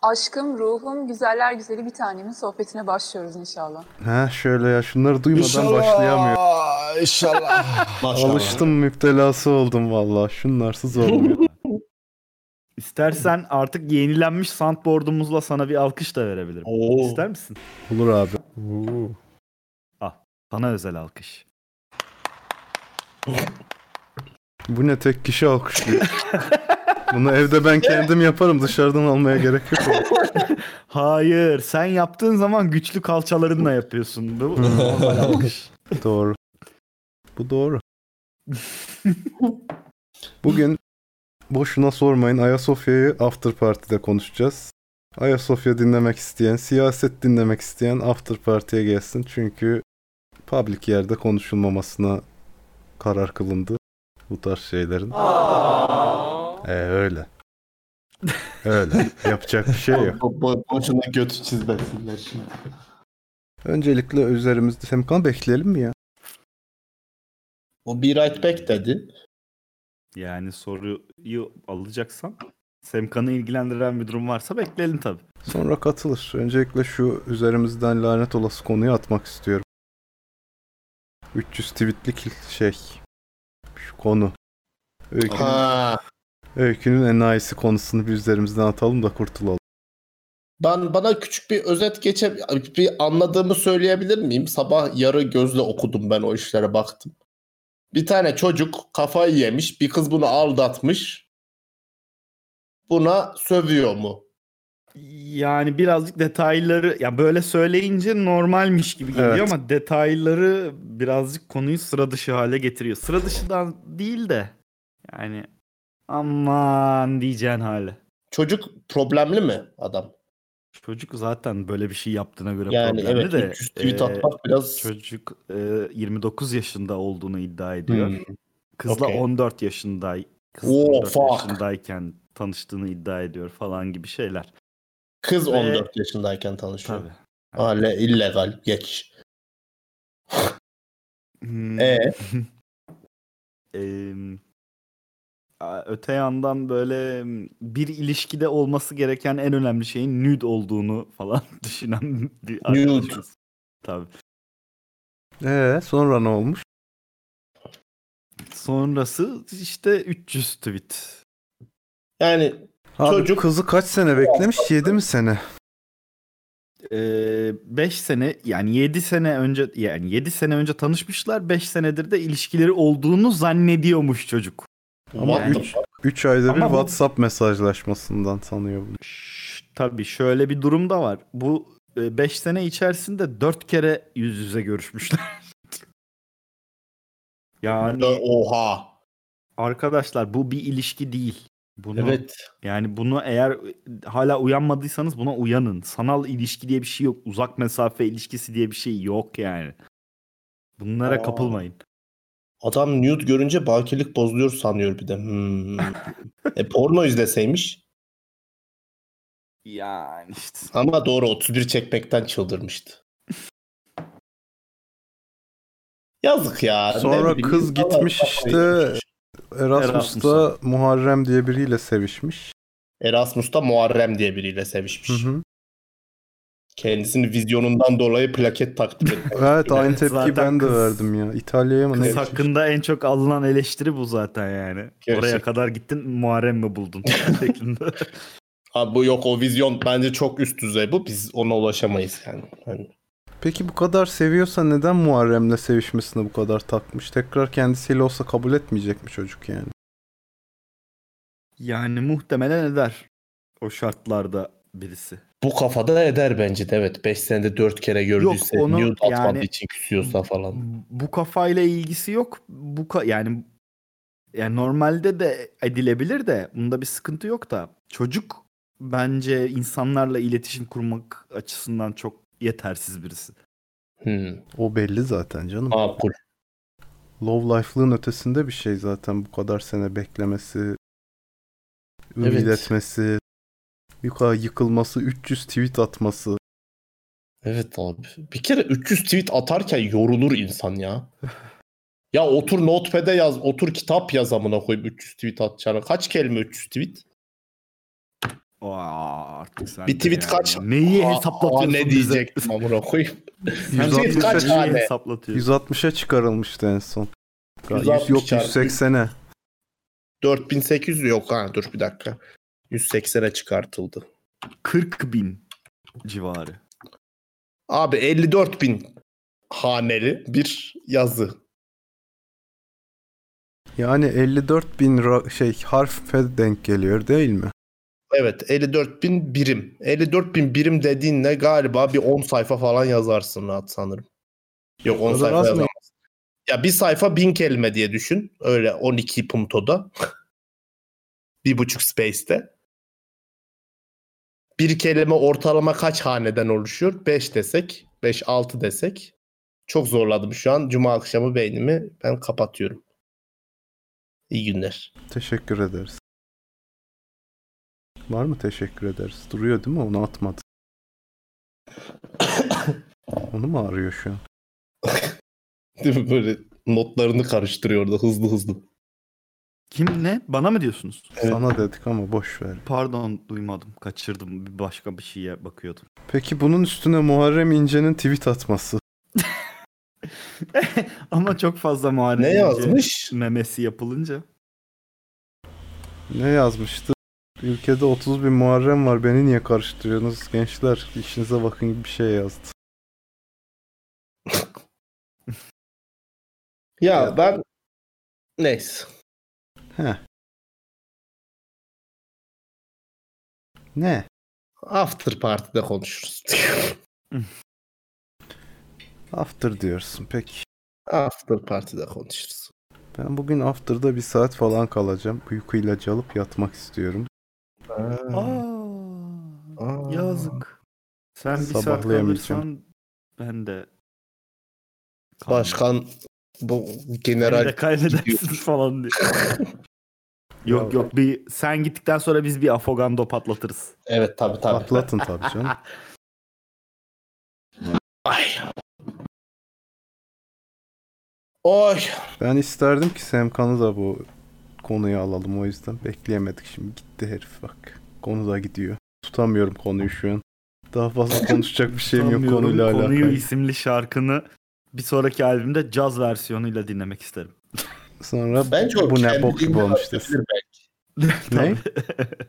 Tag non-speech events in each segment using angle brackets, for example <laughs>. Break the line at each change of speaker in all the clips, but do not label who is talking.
Aşkım, ruhum, güzeller güzeli bir tanemin sohbetine başlıyoruz inşallah.
He şöyle ya şunları duymadan başlayamıyorum.
İnşallah.
<laughs>
İnşallah.
Maşallah.
Alıştım müptelası oldum valla. Şunlarsız
<laughs>
olmuyor.
İstersen artık yenilenmiş soundboard'umuzla sana bir alkış da verebilirim.
Oo.
İster misin?
Olur abi.
Sana özel alkış.
Bu ne tek kişi alkışlıyor. Bunu evde ben kendim yaparım. Dışarıdan almaya gerek yok.
Hayır, sen yaptığın zaman güçlü kalçalarınla yapıyorsun. Bu normal alkış.
doğru. Bu doğru. Bugün boşuna sormayın Ayasofya'yı After Party'de konuşacağız. Ayasofya dinlemek isteyen, siyaset dinlemek isteyen After Party'ye gelsin. Çünkü public yerde konuşulmamasına karar kılındı bu tarz şeylerin. Ee, öyle. Öyle. Yapacak bir şey yok.
Bo- bo- Boşuna götü çizmesinler şimdi.
Öncelikle üzerimizde Semkan bekleyelim mi ya?
O bir right back dedi.
Yani soruyu alacaksan Semkan'ı ilgilendiren bir durum varsa bekleyelim tabii.
Sonra katılır. Öncelikle şu üzerimizden lanet olası konuyu atmak istiyorum. 300 tweetlik şey. Şu konu. Öykünün,
Ha.
öykünün enayisi konusunu bir üzerimizden atalım da kurtulalım.
Ben bana küçük bir özet geçe bir anladığımı söyleyebilir miyim? Sabah yarı gözle okudum ben o işlere baktım. Bir tane çocuk kafayı yemiş, bir kız bunu aldatmış. Buna sövüyor mu?
Yani birazcık detayları ya böyle söyleyince normalmiş gibi geliyor
Evet.
ama detayları birazcık konuyu sıra dışı hale getiriyor. Sıra dışıdan değil de yani aman diyeceğin hali.
Çocuk problemli mi adam?
Çocuk zaten böyle bir şey yaptığına göre
Yani
problemli
evet
de
300 tweet
e,
atmak biraz
çocuk e, 29 yaşında olduğunu iddia ediyor.
Hmm.
Kızla
Okey.
14 yaşında kız
Oo,
14
fuck.
yaşındayken tanıştığını iddia ediyor falan gibi şeyler.
kız
Ve-
14 yaşındayken tanışıyor.
Tabii.
Hale illegal geç.
Hmm.
E
Em, a- öte yandan böyle em, bir ilişkide olması gereken en önemli şeyin nude olduğunu falan <laughs> düşünen bir
Nude.
arkadaşımız. Tabii.
Ee, sonra ne olmuş?
Sonrası işte 300 tweet.
yani
Abi
Çocuk-
kızı kaç sene beklemiş? 7 mi sene?
5 sene yani 7 sene önce yani 7 sene önce tanışmışlar. 5 senedir de ilişkileri olduğunu zannediyormuş çocuk.
Ama
what the
üç-
fuck?
3 ayda bir
Ama bu-
WhatsApp mesajlaşmasından tanıyor bunu.
Ş- Tabii şöyle bir durum da var. Bu 5 sene içerisinde 4 kere yüz yüze görüşmüşler. <laughs> yani
Oha.
arkadaşlar bu bir ilişki değil. Bunu,
Evet.
Yani bunu eğer e, hala uyanmadıysanız buna uyanın. Sanal ilişki diye bir şey yok. Uzak mesafe ilişkisi diye bir şey yok yani. Bunlara
Aa.
kapılmayın.
Adam nude görünce bakilik bozuluyor sanıyor bir de. Hmm. e porno izleseymiş.
Yani işte.
Ama doğru 31 çekmekten çıldırmıştı. Yazık ya. ne
Sonra
bileyim,
kız
insanlar
gitmiş
kafayı
işte-
yemiş.
Erasmus'ta
Erasmus'a.
Muharrem diye biriyle sevişmiş.
Erasmus'ta Muharrem diye biriyle sevişmiş.
Hı hı.
Kendisini vizyonundan dolayı plaket takdim etti.
Evet aynı
Evet,
tepki
zaten
ben de
kız-
verdim ya. İtalya'ya mı ne? şey?
Kız hakkında en çok alınan eleştiri bu zaten yani.
Gerçekten.
Oraya kadar gittin Muharrem mi buldun şeklinde.
Abi bu yok o vizyon bence çok üst düzey bu. Biz ona ulaşamayız yani. Hani
Peki bu kadar seviyorsa neden Muharrem'le sevişmesine bu kadar takmış? Tekrar kendisiyle olsa kabul etmeyecek mi çocuk yani?
yani muhtemelen eder. O şartlarda birisi.
bu kafada eder bence de evet. 5 senede 4 kere gördüyse
onu
nude atmadığı
yani-
için küsüyorsa falan.
Bu kafayla ilgisi yok. Bu ka- yani yani normalde de edilebilir de bunda bir sıkıntı yok da çocuk bence insanlarla iletişim kurmak açısından çok yetersiz birisi.
Hmm,
O belli zaten canım.
makul.
Love Life'lığın ötesinde bir şey zaten bu kadar sene beklemesi, ümit
Evet.
etmesi, yukarı yıkılması, 300 tweet atması.
Evet abi. Bir kere 300 tweet atarken yorulur insan ya. ya otur notepad'e yaz, otur kitap yaz amına koyup 300 tweet atacağına. Kaç kelime 300 tweet?
Aa, artık sen
Bir
de
tweet kaç-
Neyi
Aa,
hesaplatıyorsun
aa, ne
bize?
diyecektim amına koyayım.
Sen
tweet
bize
kaç
neyi
tane?
hesaplatıyorsun?
160'a çıkarılmıştı en son. <laughs> Ya,
160
yüz- Yok
çarpı-
180'e.
4800 yok ha dur bir dakika. 180'e çıkartıldı.
40 bin civarı.
Abi 54 bin haneli bir yazı.
Yani 54 bin ra- şey harfe denk geliyor değil mi?
Evet 54 bin birim. 54 bin birim dediğinle galiba bir 10 sayfa falan yazarsın rahat sanırım. Yok 10
Kadar
sayfa
az mı?
yazamazsın. Ya bir sayfa bin kelime diye düşün. Öyle 12 puntoda. <laughs> bir buçuk space'te. Bir kelime ortalama kaç haneden oluşuyor? 5 desek. 5-6 desek. Çok zorladım şu an. Cuma akşamı beynimi ben kapatıyorum. İyi günler. <laughs>
Teşekkür ederiz. Var mı teşekkür ederiz? Duruyor değil mi? Onu atmadı. Onu mu arıyor şu an?
Değil mi? Böyle notlarını karıştırıyor orada hızlı hızlı.
Kim ne? Bana mı diyorsunuz?
Evet.
Sana dedik ama boş ver.
Pardon duymadım. Kaçırdım. Bir başka bir şeye bakıyordum.
Peki bunun üstüne Muharrem İnce'nin tweet atması.
Ama çok fazla muharebe.
Ne yazmış?
Memesi yapılınca.
Ne yazmıştı? Ülkede 30 bin Muharrem var. Beni niye karıştırıyorsunuz gençler? İşinize bakın gibi bir şey yazdı.
Ya ben neyse.
Heh. Ne?
After party'de konuşuruz. <laughs>
After diyorsun. Peki.
After party'de konuşuruz.
Ben bugün after'da bir saat falan kalacağım. Uyku ilacı alıp yatmak istiyorum.
Aa,
Aa.
yazık. Sen bir saat
Sabahlayamayacağım.
kalırsan ben de
Başkan bu
Beni
general
de kaybedersiniz
<laughs>
falan diye. yok yok bir sen gittikten sonra biz bir afogando patlatırız.
evet tabi tabi.
Atlatın tabii canım.
Ay. Oy.
Ben isterdim ki Semkan'ı da bu konuya alalım o yüzden. Bekleyemedik şimdi. Gitti herif bak. Konu da gidiyor. Tutamıyorum konuyu şu an. Daha fazla konuşacak bir şeyim yok
Sanmıyorum
Şey konuyla
Konuyu
alakalı.
isimli şarkını bir sonraki albümde caz versiyonuyla dinlemek isterim.
Sonra
Bence o
bu ne bok gibi
kendiliğinden
olmuş desin.
açabilir belki.
<laughs>
Ne?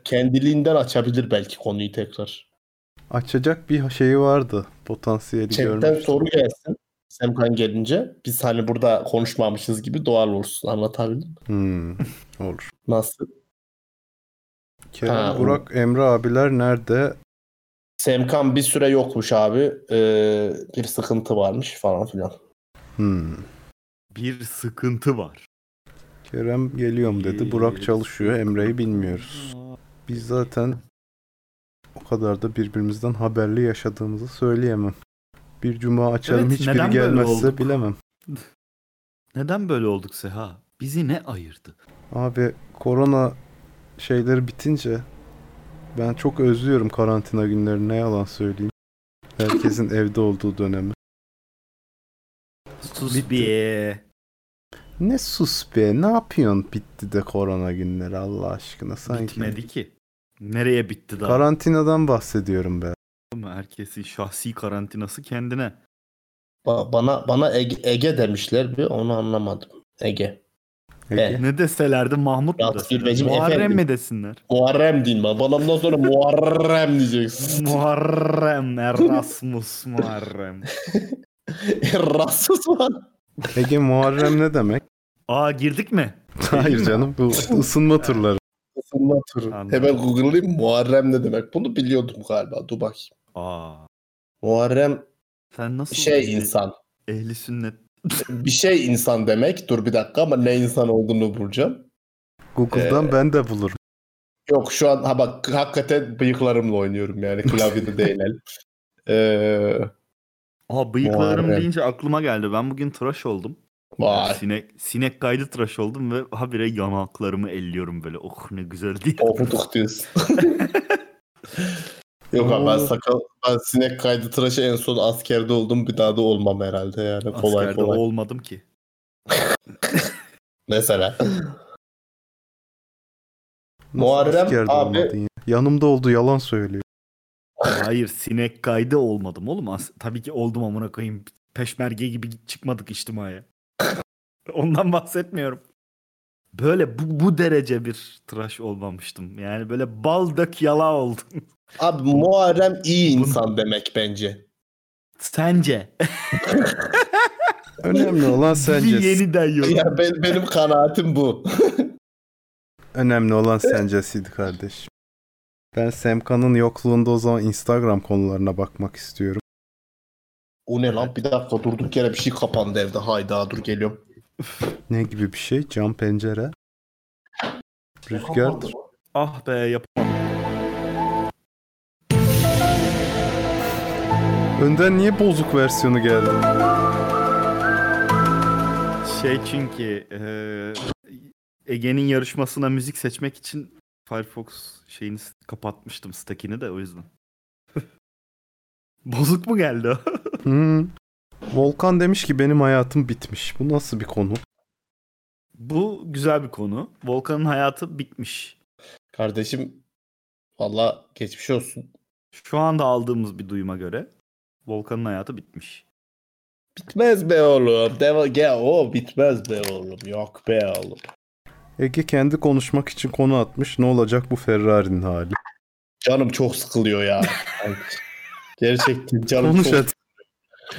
Kendiliğinden açabilir belki konuyu tekrar.
Açacak bir şeyi vardı. Potansiyeli
Chatten
görmüştüm.
soru gelsin. Semkan gelince biz hani burada konuşmamışız gibi doğal olsun anlatabildim. mi?
Hmm, olur.
Nasıl?
Kerem,
Ha,
Burak, Emre abiler nerede?
Semkan bir süre yokmuş abi. Ee, bir sıkıntı varmış falan filan.
Hmm.
Bir sıkıntı var.
Kerem geliyorum dedi. Burak çalışıyor. Emre'yi bilmiyoruz. Biz zaten o kadar da birbirimizden haberli yaşadığımızı söyleyemem. Bir cuma açarım
Evet,
hiçbiri
neden böyle
gelmezse
olduk?
bilemem.
Neden böyle olduk Seha? Bizi ne ayırdı?
Abi korona şeyleri bitince ben çok özlüyorum karantina günlerini ne yalan söyleyeyim.
<laughs>
Herkesin evde olduğu dönemi.
Sus
Bitti.
bir.
Ne sus be ne yapıyorsun bitti de korona günleri Allah aşkına sanki.
Bitmedi ki. Nereye bitti daha?
Karantinadan bahsediyorum be.
Ama Herkesin şahsi karantinası kendine.
Ba- bana bana Ege, Ege demişler bir onu anlamadım. Ege.
Ege.
Ee,
Ne deselerdi Mahmut mu
Rahat
desinler?
Gülbecim
Muharrem
efendim.
mi desinler?
Muharrem diyeyim ben. Bana bundan sonra Muharrem diyeceksin. <laughs>
Muharrem, Erasmus Muharrem.
E, Rahatsız var.
Ege Muharrem ne demek?
<laughs> Aa girdik mi?
Hayır canım bu ısınma turları.
Isınma turu.
Anladım.
Hemen Google'layayım Muharrem ne demek? Bunu biliyordum galiba. Dur bakayım.
Aa.
Muharrem
Sen nasıl
şey
ehli-
insan.
Ehli sünnet.
Bir şey insan demek. Dur bir dakika ama ne insan olduğunu bulacağım.
Google'dan
Ee,
ben de bulurum.
Yok şu an ha bak hakikaten bıyıklarımla oynuyorum yani klavyede değil el. Ee,
Aa bıyıklarım
Muharrem.
deyince aklıma geldi. Ben bugün tıraş oldum.
vay.
Sinek sinek kaydı tıraş oldum ve habire yanaklarımı elliyorum böyle. Oh ne güzel diye.
Korkuduk diyorsun. <laughs> Yok abi ben
Oo.
sakal ben sinek kaydı tıraşı en son askerde oldum bir daha da olmam herhalde yani kolay
<laughs> Askerde
kolay.
olmadım ki.
Mesela
Nasıl
Muharrem
askerde
abi-
olmadın ya? Yanımda oldu yalan söylüyor.
Hayır sinek kaydı olmadım oğlum. As- Tabii ki oldum amına koyayım. Peşmerge gibi çıkmadık içtimaya. <laughs> Ondan bahsetmiyorum. Böyle bu, bu derece bir tıraş olmamıştım. Yani böyle baldak yala oldum.
Abi Muharrem iyi
Bunu-
insan demek bence.
<laughs> Sence?
<laughs> Önemli olan sence.
Bir yeniden yok.
Ya ben, benim kanaatim bu.
Önemli olan sencesiydi kardeşim. Ben Semkan'ın yokluğunda o zaman Instagram konularına bakmak istiyorum.
O ne lan bir dakika durduk yere bir şey kapandı evde. Hayda dur geliyorum.
Ne gibi bir şey? Cam pencere. Rüzgardır.
Ah be yap.
Önden niye bozuk versiyonu geldi?
Şey çünkü e, Ege'nin yarışmasına müzik seçmek için Firefox şeyini s- kapatmıştım stackini de o yüzden. <laughs> Bozuk mu geldi o?
Hmm. Volkan demiş ki benim hayatım bitmiş. Bu nasıl bir konu?
Bu güzel bir konu. Volkan'ın hayatı bitmiş.
Kardeşim valla geçmiş olsun.
Şu anda aldığımız bir duyuma göre Volkan'ın hayatı bitmiş.
Bitmez be oğlum. Deva gel o bitmez be oğlum. Yok be oğlum.
Ege kendi konuşmak için konu atmış. Ne olacak bu Ferrari'nin hali?
Canım çok sıkılıyor ya. Ay,
<laughs>
Gerçekten canım
Konuş
çok
hadi.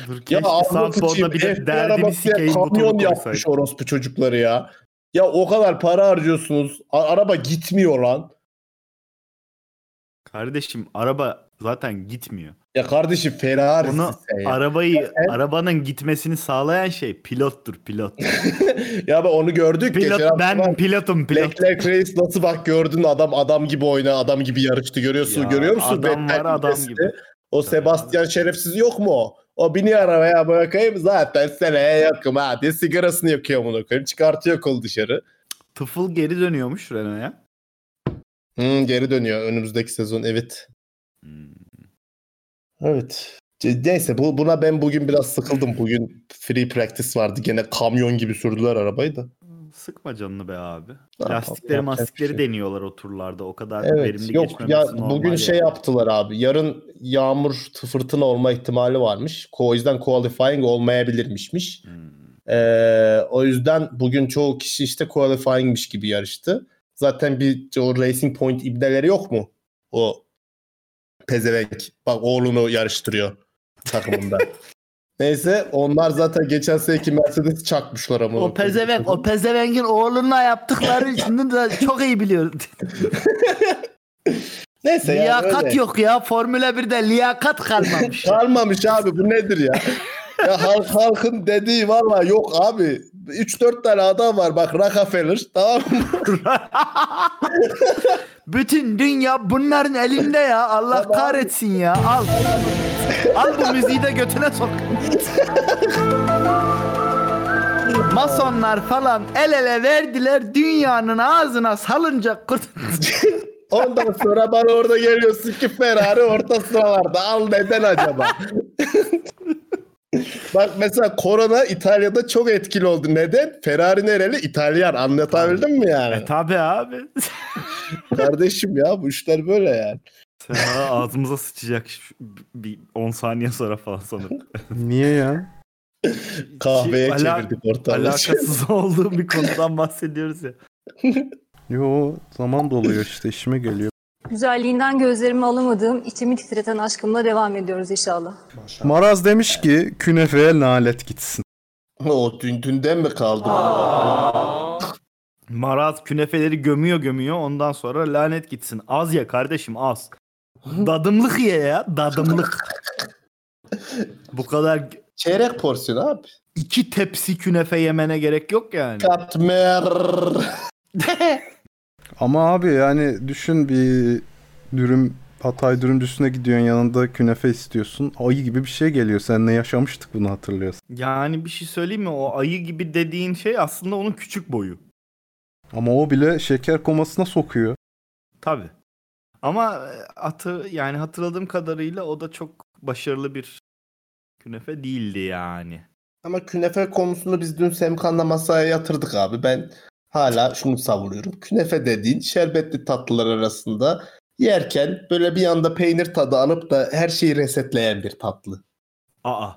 Dur
Ya
keşke
anlatıcıyım.
soundboard'a bir de derdini sikeyim
kamyon
butonu
yapmış
koysaydı.
orospu çocukları ya. Ya o kadar para harcıyorsunuz. a- araba gitmiyor lan.
Kardeşim araba zaten gitmiyor.
Ya kardeşim Ferrari
Bunu
sen ya.
Arabayı arabanın gitmesini sağlayan şey pilottur pilot.
<laughs> ya ben onu gördük. geçen
Pilot
hafta var.
ben pilotum pilot.
Leclerc Reis nasıl bak gördün adam adam gibi oyna adam gibi yarıştı görüyorsun
Ya,
görüyor musun?
Adam
Vettel
var adam
vitesi?
gibi.
O Sebastian şerefsiz yok mu o? O biniyor arabaya bırakayım zaten seneye yakım ha diye sigarasını yakıyor bunu koyayım. Çıkartıyor kol dışarı.
Tıfıl geri dönüyormuş Renault'ya.
Hmm, geri dönüyor önümüzdeki sezon evet.
Hmm.
Evet. C- Neyse bu, buna ben bugün biraz sıkıldım. Bugün free practice vardı. Gene kamyon gibi sürdüler arabayı da.
Sıkma canını be abi.
yapalım,
Lastikleri
yapacak bir
mastikleri
şey.
deniyorlar o turlarda. O kadar
Evet.
verimli
Yok
geçmemesi
ya
normal
bugün
yani.
şey yaptılar abi. Yarın yağmur tı- fırtına olma ihtimali varmış. Ko- O yüzden qualifying olmayabilirmişmiş.
Hmm.
Ee, o yüzden bugün çoğu kişi işte qualifyingmiş gibi yarıştı. Zaten bir o Racing Point ibneleri yok mu? O pezevenk. Bak oğlunu yarıştırıyor
<laughs>
takımında. Neyse onlar zaten geçen seneki Mercedes çakmışlar ama.
O pezevenk, o pezevengin
<laughs>
oğlunla yaptıkları için de çok iyi biliyor.
Neyse yani öyle.
liyakat yok ya. Formula 1'de liyakat
<laughs>
kalmamış.
Kalmamış abi bu nedir
<laughs>
ya? ya halk, halkın dediği valla yok abi. 3-4 tane adam var bak Rockefeller tamam mı?
Bütün dünya bunların elinde ya. Allah
Tamam.
kahretsin ya. Al. Al bu müziği de
<laughs>
götüne sok. Masonlar falan el ele verdiler dünyanın ağzına salınacak kurt. <laughs>
Ondan sonra bana orada geliyorsun ki Ferrari orta sıralarda al neden acaba? bak mesela korona İtalya'da çok etkili oldu. Neden? Ferrari nereli? İtalyan anlatabildim mi yani?
Tabi
<laughs>
E, abi.
Kardeşim ya bu işler böyle yani.
ağzımıza sıçacak bir 10 saniye sonra falan sanırım. Şey,
Niye ya?
Kahveye
Ala-
çevirdik ortalığı.
Alakasız olduğum bir konudan bahsediyoruz ya.
Yo zaman doluyor işte işime geliyor.
Güzelliğinden gözlerimi alamadığım, içimi titreten aşkımla devam ediyoruz inşallah.
Maraz demiş ki künefeye lanet gitsin.
<laughs> o dün dünden mi kaldı?
Maraz künefeleri gömüyor gömüyor ondan sonra lanet gitsin. Az ye kardeşim az. Dadımlık ye ya dadımlık. Bu kadar
Çeyrek porsiyon abi.
iki tepsi künefe yemene gerek yok yani.
Katmer.
Ama abi yani düşün bir dürüm Hatay dürümcüsüne gidiyorsun yanında künefe istiyorsun. Ayı gibi bir şey geliyor. Seninle yaşamıştık bunu hatırlıyorsun.
Yani bir şey söyleyeyim mi o ayı gibi dediğin şey aslında onun küçük boyu.
Ama o bile şeker komasına sokuyor.
Tabi. Ama e, atı yani hatırladığım kadarıyla o da çok başarılı bir künefe değildi yani.
Ama künefe konusunu biz dün Semkan'la masaya yatırdık abi. Ben hala şunu savunuyorum. Künefe dediğin şerbetli tatlılar arasında yerken böyle bir anda peynir tadı alıp da her şeyi resetleyen bir tatlı.
Aa.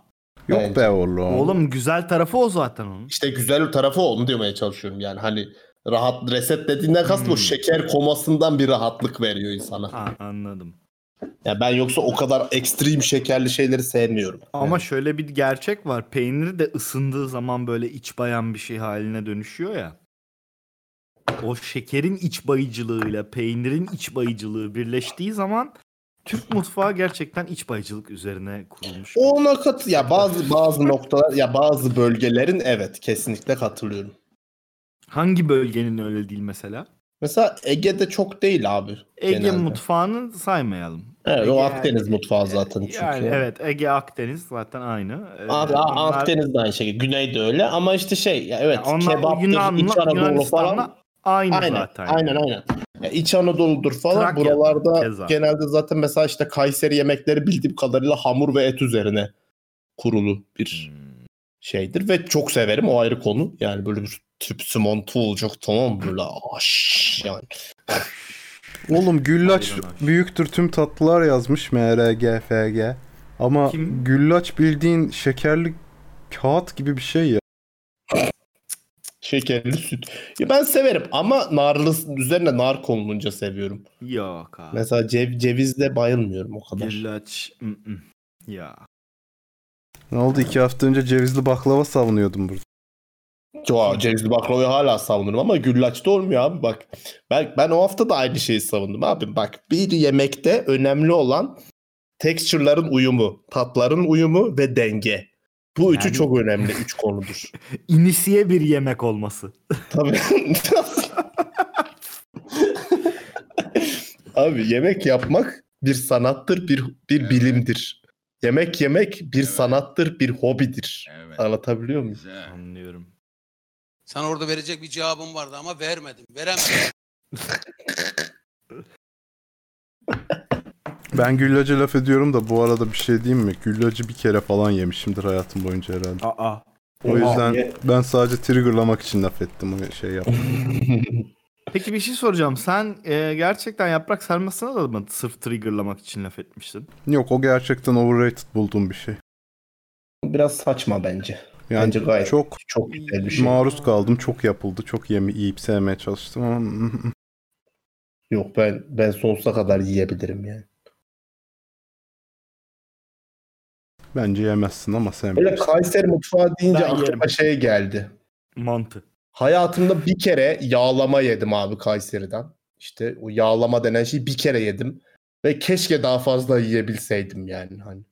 Yok
Bence.
be oğlum.
Oğlum güzel tarafı o zaten onun.
İşte güzel tarafı o, onu demeye çalışıyorum yani hani rahat reset dediğinden kastım o
Hmm.
şeker komasından bir rahatlık veriyor insana.
Ha, anladım.
Ya ben yoksa o kadar ekstrem şekerli şeyleri sevmiyorum.
Ama
Yani.
şöyle bir gerçek var. Peynir de ısındığı zaman böyle iç bayan bir şey haline dönüşüyor ya. O şekerin iç bayıcılığıyla peynirin iç bayıcılığı birleştiği zaman Türk mutfağı gerçekten iç bayıcılık üzerine kurulmuş.
O ona kat ya bazı bazı noktalar ya bazı bölgelerin evet kesinlikle katılıyorum.
Hangi bölgenin öyle değil mesela?
Mesela Ege'de çok değil abi.
Ege
genelde.
mutfağını saymayalım.
Evet, o
Ege-
Akdeniz mutfağı zaten çünkü.
e, Yani evet Ege Akdeniz zaten aynı. Ee,
Abi, A-
onlar-
Akdeniz de aynı şekilde. Güney de öyle ama işte şey ya evet
yani onlar
kebaptır,
Yunan'la-
İç Anadolu falan.
Yunanistan'la aynı
Aynen,
zaten.
aynen aynen. Ya İç Anadolu'dur falan
Trakya
buralarda
keza.
genelde zaten mesela işte Kayseri yemekleri bildiğim kadarıyla hamur ve et üzerine kurulu bir
Hmm.
şeydir ve çok severim o ayrı konu. Yani böyle bir tüpsü montu olacak tamam böyle aş yani.
Oğlum güllaç
Aynen abi.
büyüktür tüm tatlılar yazmış MRG, FG. Ama
Kim?
güllaç bildiğin şekerli kağıt gibi bir şey ya.
Şekerli süt. Ya ben severim ama narlı üzerine nar konulunca seviyorum.
Yok abi.
Mesela cev, cevizle bayılmıyorum o kadar.
Güllaç. mm-mm. Ya.
Ne oldu iki hafta önce cevizli baklava savunuyordum burada.
Ya cevizli baklavayı hala savunurum ama güllaç da olmuyor abi bak. Ben, ben o hafta da aynı şeyi savundum abi. Bak bir yemekte önemli olan texture'ların uyumu, tatların uyumu ve denge. Bu üçü
Yani-
çok önemli. Üç konudur.
İnisiye bir yemek olması.
Tabii. abi yemek yapmak bir sanattır, bir bir bilimdir. Yemek yemek bir sanattır, bir hobidir.
Evet.
Anlatabiliyor muyum?
Güzel.
Anlıyorum.
Sana orada verecek bir cevabım vardı ama vermedim. Veremedim.
Ben güllaca laf ediyorum da bu arada bir şey diyeyim mi? Güllacı bir kere falan yemişimdir hayatım boyunca herhalde.
Aa.
O yüzden ben sadece triggerlamak için laf ettim o şey yaptım.
Peki bir şey soracağım. Sen e, gerçekten yaprak sarmasına da mı sırf triggerlamak için laf etmiştin?
Yok o gerçekten overrated bulduğum bir şey.
Biraz saçma bence.
Yani
Bence gayet.
çok
Çok güzel bir şey.
maruz kaldım, çok yapıldı, çok yemi yiyip sevmeye çalıştım ama <laughs>
Yok ben ben sonsuza kadar yiyebilirim yani.
bence yemezsin ama sevmiyorsun.
Böyle Kayseri mutfağı deyince
Ben yerim.
aklıma şey geldi.
Mantı.
Hayatımda bir kere yağlama yedim abi Kayseri'den. İşte o yağlama denen şeyi bir kere yedim ve keşke daha fazla yiyebilseydim yani hani.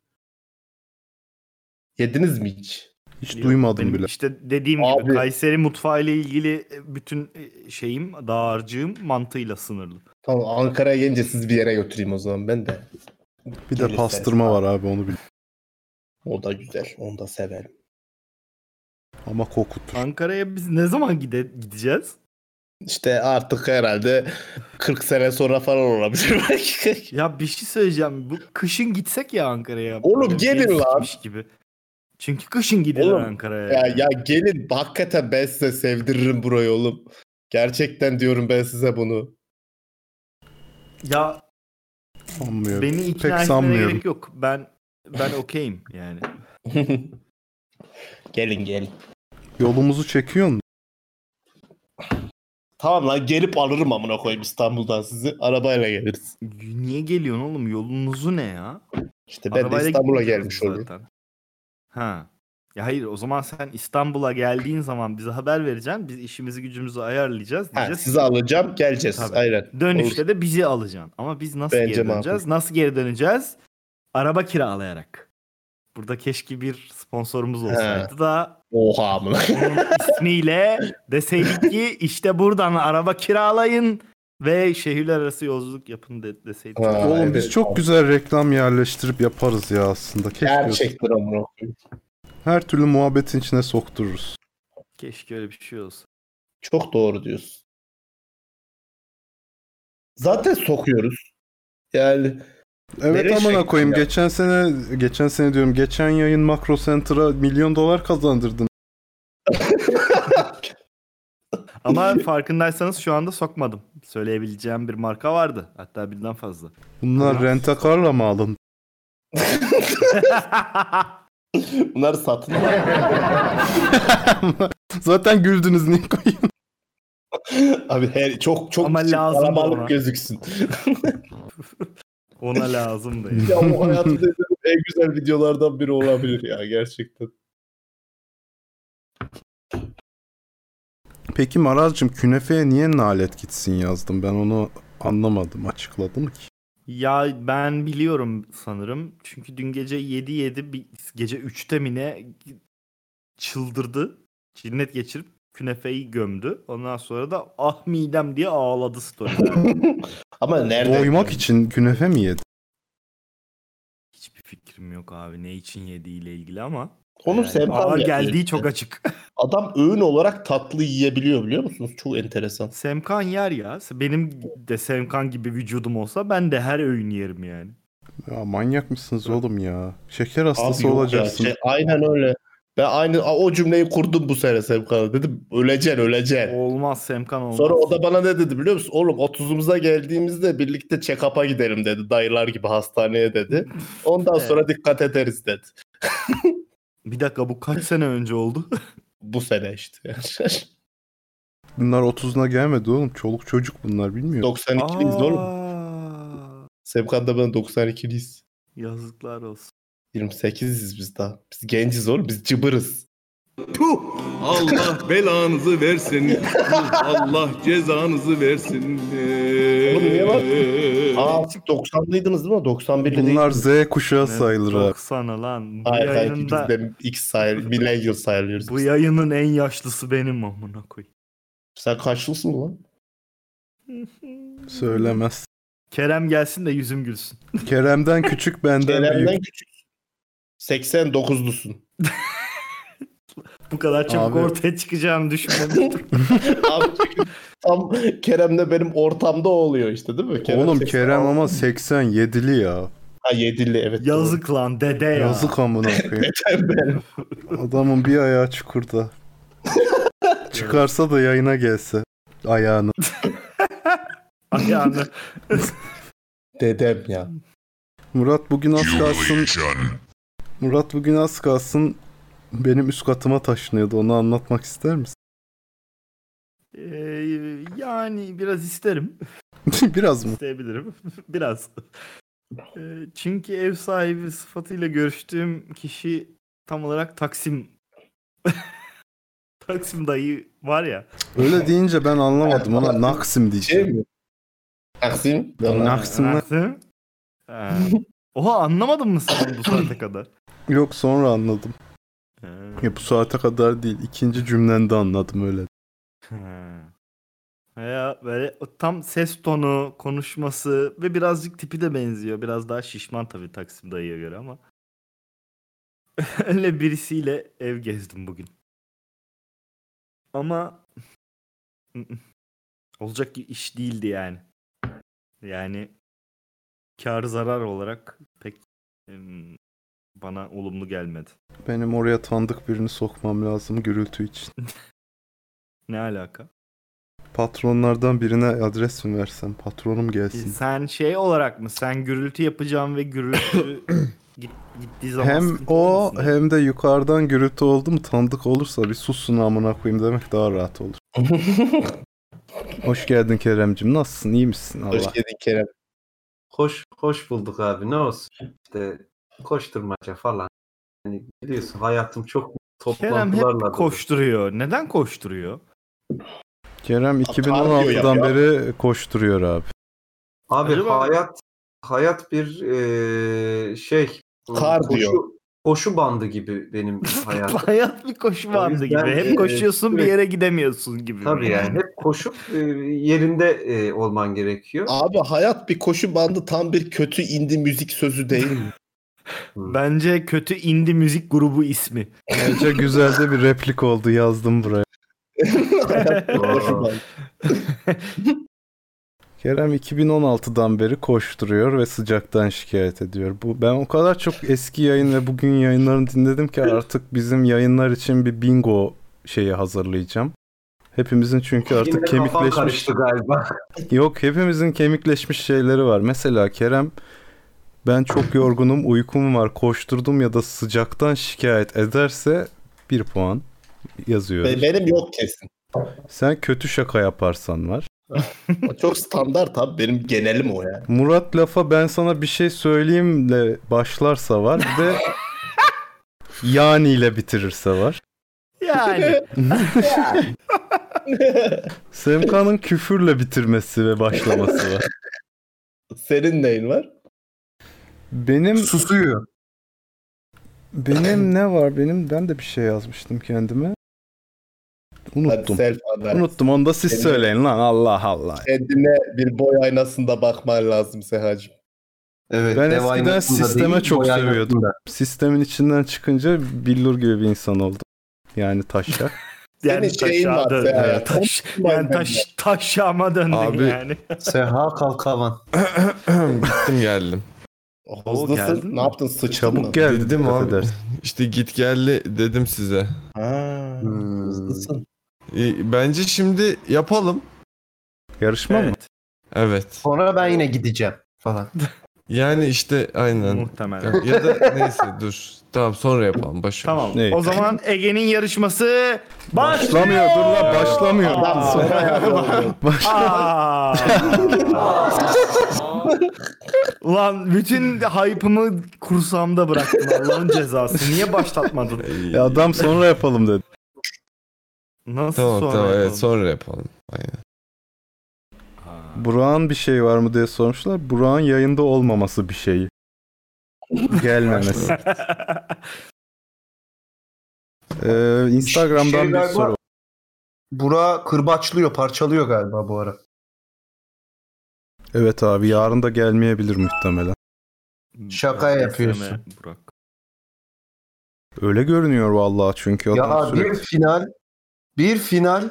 Yediniz mi hiç?
Hiç duymadım
Benim
bile.
İşte dediğim
Abi.
gibi Kayseri mutfağı ile ilgili bütün e, şeyim, dağarcığım mantıyla sınırlı.
Tamam Ankara'ya gelince siz bir yere götüreyim o zaman ben de.
Bir de
Gelirse.
pastırma var abi onu bil.
O da güzel. Onu da severim.
Ama kokutur.
Ankara'ya biz ne zaman gide gideceğiz?
İşte artık herhalde 40 sene sonra falan olabilir <laughs> belki.
Ya bir şey söyleyeceğim. Bu kışın gitsek ya Ankara'ya.
Oğlum
Böyle
gelin
genç
lan.
gitmiş Gibi. Çünkü kışın gidilir
Oğlum,
Ankara'ya.
Ya, ya gelin hakikaten ben size sevdiririm burayı oğlum. Gerçekten diyorum ben size bunu.
Ya
Sanmıyorum.
beni
Pek
ikna etmene
sanmıyorum.
gerek yok. Ben ben okeyim yani.
gelin gelin.
Yolumuzu çekiyorsun.
Tamam lan gelip alırım amına koyayım İstanbul'dan sizi. Arabayla geliriz.
Niye geliyorsun oğlum? Yolunuzu ne ya?
İşte ben de İstanbul'a gelmiş olurum.
zaten. Ha. Ya hayır o zaman sen İstanbul'a geldiğin zaman bize haber vereceksin. Biz işimizi gücümüzü ayarlayacağız.
Ha,
Diyeceğiz.
sizi alacağım geleceğiz.
Tabii.
Aynen.
Dönüşte de bizi alacaksın. Ama biz nasıl
Bence
geri
makul.
döneceğiz? Nasıl geri döneceğiz? Araba kiralayarak. Burada keşke bir sponsorumuz olsaydı da
Oha amına.
onun ismiyle deseydik ki işte buradan araba kiralayın ve şehirler arası yolculuk yapın de, deseydik.
Ha,
Oğlum biz
evet.
çok güzel reklam yerleştirip yaparız ya aslında. Keşke
Gerçekten amına koyayım.
Her türlü muhabbetin içine soktururuz.
Keşke öyle bir şey olsa.
Çok doğru diyorsun. Zaten sokuyoruz. Yani
Evet
Nereye
amına
çektin
koyayım.
ya?
Geçen sene geçen sene diyorum. Geçen yayın Makro Center'a milyon dolar kazandırdın.
Ama farkındaysanız şu anda sokmadım. Söyleyebileceğim bir marka vardı. Hatta birden fazla.
Bunlar
Biraz.
rentakarla mı alın?
Bunlar satın
<laughs>
al-
<laughs> Zaten güldünüz niye koyayım?
Abi her çok çok
Ama
küçük,
lazım
kalabalık
ona.
gözüksün. <laughs>
Ona lazımdı.
<laughs>
yani.
ya bu hayatımda izlediğim en güzel videolardan biri olabilir ya
<laughs>
gerçekten.
Peki Maraz'cığım künefeye niye nalet gitsin yazdım ben onu anlamadım açıkladı mı ki?
Ya ben biliyorum sanırım. Çünkü dün gece 7 7 bir- gece 3'te mi ne çıldırdı. Cinnet geçirip künefeyi gömdü. Ondan sonra da ah midem diye ağladı story'den.
Ama nerede?
Doymak için künefe mi yedi?
Hiçbir fikrim yok abi ne için yediğiyle ilgili ama.
Onun
yani ağır
sempati
geldiği çok açık. <laughs>
Adam öğün olarak tatlı yiyebiliyor biliyor musunuz? Çok enteresan.
Semkan yer ya. Benim de Semkan gibi vücudum olsa ben de her öğün yerim yani.
Ya manyak mısınız oğlum ya? Şeker hastası
Abi yok ya,
olacaksın.
şey, aynen öyle. Ben aynı o cümleyi kurdum bu sene Sevkan'a. Dedim öleceksin öleceksin.
Olmaz Semkan olmaz.
Sonra o da bana ne dedi biliyor musun? Oğlum 30'umuza geldiğimizde birlikte check-up'a gidelim dedi. Dayılar gibi
<laughs>
hastaneye dedi. Ondan
Evet.
sonra dikkat ederiz dedi.
Bir dakika bu kaç sene
<laughs>
önce oldu?
Bu sene işte. <laughs>
Bunlar 30'una gelmedi oğlum. Çoluk çocuk bunlar bilmiyor.
92'liyiz oğlum.
Aa,
Sevkan da ben 92'liyiz.
Yazıklar olsun.
28'iz biz daha. Biz genciz oğlum biz cıbırız.
Tuh! Allah <laughs> belanızı versin. Allah cezanızı versin.
Oğlum niye bak? Aa 90'lıydınız değil mi? 91'li
Bunlar
değildiniz.
Z kuşağı sayılır abi.
90 lan. Bu
Hayır hayır biz
yayında
de X sayılır.
<laughs>
Millennial sayılıyoruz.
bu
biz.
yayının en yaşlısı benim amına koy.
Sen kaçlısın lan?
Söylemez.
Kerem gelsin de yüzüm gülsün.
Kerem'den küçük benden büyük.
Kerem'den küçük. 89'lusun.
Bu kadar çabuk
Abi.
ortaya
<laughs>
çıkacağım düşünmemiştim.
Abi çünkü tam Kerem'le benim ortamda oluyor işte değil mi?
oğlum
86.
Kerem ama 87'li ya.
Ha 7'li evet. doğru.
Yazık lan dede ya.
Yazık amına koyayım. Adamın bir ayağı çukurda. Çıkarsa da yayına gelse. Ayağını.
Ayağını.
Dedem ya.
Murat bugün az kalsın. Murat bugün az kalsın benim üst katıma taşınıyordu. Onu anlatmak ister misin? <laughs>
Ee, yani biraz isterim.
Biraz mı?
İsteyebilirim. <laughs> Biraz. Ee, Çünkü ev sahibi sıfatıyla görüştüğüm kişi tam olarak Taksim. <laughs> Taksim dayı var ya.
Öyle deyince ben anlamadım. Ona Naksim
Şey
diyeceğim.
mi? Taksim.
Naksim'den.
Taksim. Ha. Oha anlamadın mı sen bu saate kadar?
Yok sonra anladım.
Ha.
Ya bu saate kadar değil. İkinci cümlende anladım öyle.
Ha. Veya böyle o tam ses tonu, konuşması ve birazcık tipi de benziyor. Biraz daha şişman tabii Taksim dayıya göre ama. <laughs> Öyle birisiyle ev gezdim bugün. Ama <laughs> olacak ki iş değildi yani. Yani kar zarar olarak pek em, bana olumlu gelmedi.
Benim oraya tanıdık birini sokmam lazım gürültü için.
Ne alaka?
Patronlardan birine adres mi versem? Patronum gelsin.
Sen şey olarak mı? Sen gürültü yapacağım
<coughs>
ve gürültü git, gittiği zaman
Hem
sıkıntı
o
olmasın diye.
hem de yukarıdan gürültü oldu mu tanıdık olursa bir susun amına koyayım demek daha rahat <laughs> olur. Hoş geldin Keremcim. Nasılsın? İyi misin? Allah.
Hoş geldin Kerem.
Hoş hoş bulduk abi. Ne olsun? İşte koşturmaca falan. Yani biliyorsun hayatım çok
Kerem hep
toplantılarla dolu.
koşturuyor. Neden koşturuyor?
Kerem
Kardiyo
2016'dan
yap ya.
beri koşturuyor abi.
Abi
Acaba-
hayat hayat bir eee, şey
Kardiyo.
koşu, koşu bandı
<laughs>
gibi benim hayatım.
Hayat bir koşu
O
bandı gibi.
yüzden,
Hep
e,
koşuyorsun bir
sürekli-
yere gidemiyorsun gibi.
Tabii yani hep koşup eee, yerinde eee, olman gerekiyor.
Abi hayat bir koşu bandı tam bir kötü indie müzik sözü değil mi?
Bence kötü indie müzik grubu ismi.
Bence güzel de bir replik oldu yazdım buraya.
hayat bir koşu
Aa.
bandı.
Kerem 2016'dan beri koşturuyor ve sıcaktan şikayet ediyor. Bu ben o kadar çok eski yayın ve bugün yayınlarını dinledim ki artık bizim yayınlar için bir bingo şeyi hazırlayacağım. Hepimizin çünkü artık
Yine kafam
kemikleşmiş
karıştı galiba.
Yok hepimizin kemikleşmiş şeyleri var. Mesela Kerem ben çok yorgunum, uykum var, koşturdum ya da sıcaktan şikayet ederse bir puan yazıyoruz.
Be- Benim yok kesin.
Sen kötü şaka yaparsan var.
Çok standart abi. Benim genelim o ya.
Murat lafa ben sana bir şey söyleyeyimle başlarsa var. Bir de yani ile bitirirse var.
Yani
Semkan'ın küfürle bitirmesi ve başlaması var.
Senin neyin var?
Benim
Susuyor.
benim ne var? Benim ben de bir şey yazmıştım kendime.
Hadi
Unuttum.
self analiz.
Unuttum onu da siz
Benim-
söyleyin lan Allah Allah.
Kendine bir boy aynasında bakman lazım Sehacım.
Evet,
Ben
dev
eskiden
aynasında
sisteme
değil,
çok
boy aynasında.
seviyordum. Sistemin içinden çıkınca billur gibi bir insan oldum. Yani taşak.
yani
Senin şeyin var
taşa
Seher.
döndün. Taş, yani taş, taşama döndün
Abi,
yani.
Seha Kalkavan.
Gittim geldim.
geldin
Hızlısın.
mi?
Ne yaptın? Sıçtın mı?
Çabuk geldi
Dedim
dikkat
abi.
edersin.
İşte git geldi dedim size.
Ha,
Hmm.
Hızlısın.
E, Bence şimdi yapalım.
Yarışma mı?
Evet,
Evet.
Sonra ben yine gideceğim falan.
<laughs> Yani işte aynen.
muhtemelen.
<laughs>
ya da neyse dur. Tamam sonra yapalım. Başlıyoruz.
Tamam.
Ne?
O zaman Ege'nin yarışması başlıyor.
Başlamıyor dur lan başlamıyor.
Adam
<laughs>
sonra yapıyor.
Başla.
Aa! Ulan bütün hype'ımı kursamda bıraktın Allah'ın cezası. Niye başlatmadın?
Ee,
Ya adam sonra yapalım dedi.
Nasıl
Tamam
sonra?
tamam
yapalım?
evet sonra yapalım. Aynen.
Burak'ın bir şey var mı diye sormuşlar. Burak'ın yayında olmaması bir şeyi. Gelmemesi. Ee,
Şey
Instagram'dan bir
galiba-
soru.
Bura kırbaçlıyor, parçalıyor galiba bu ara.
Evet abi yarın da gelmeyebilir muhtemelen.
Şaka
Bırak
yapıyorsun.
desene, Burak.
Öyle görünüyor vallahi çünkü adam
ya
sürekli-
bir final, bir final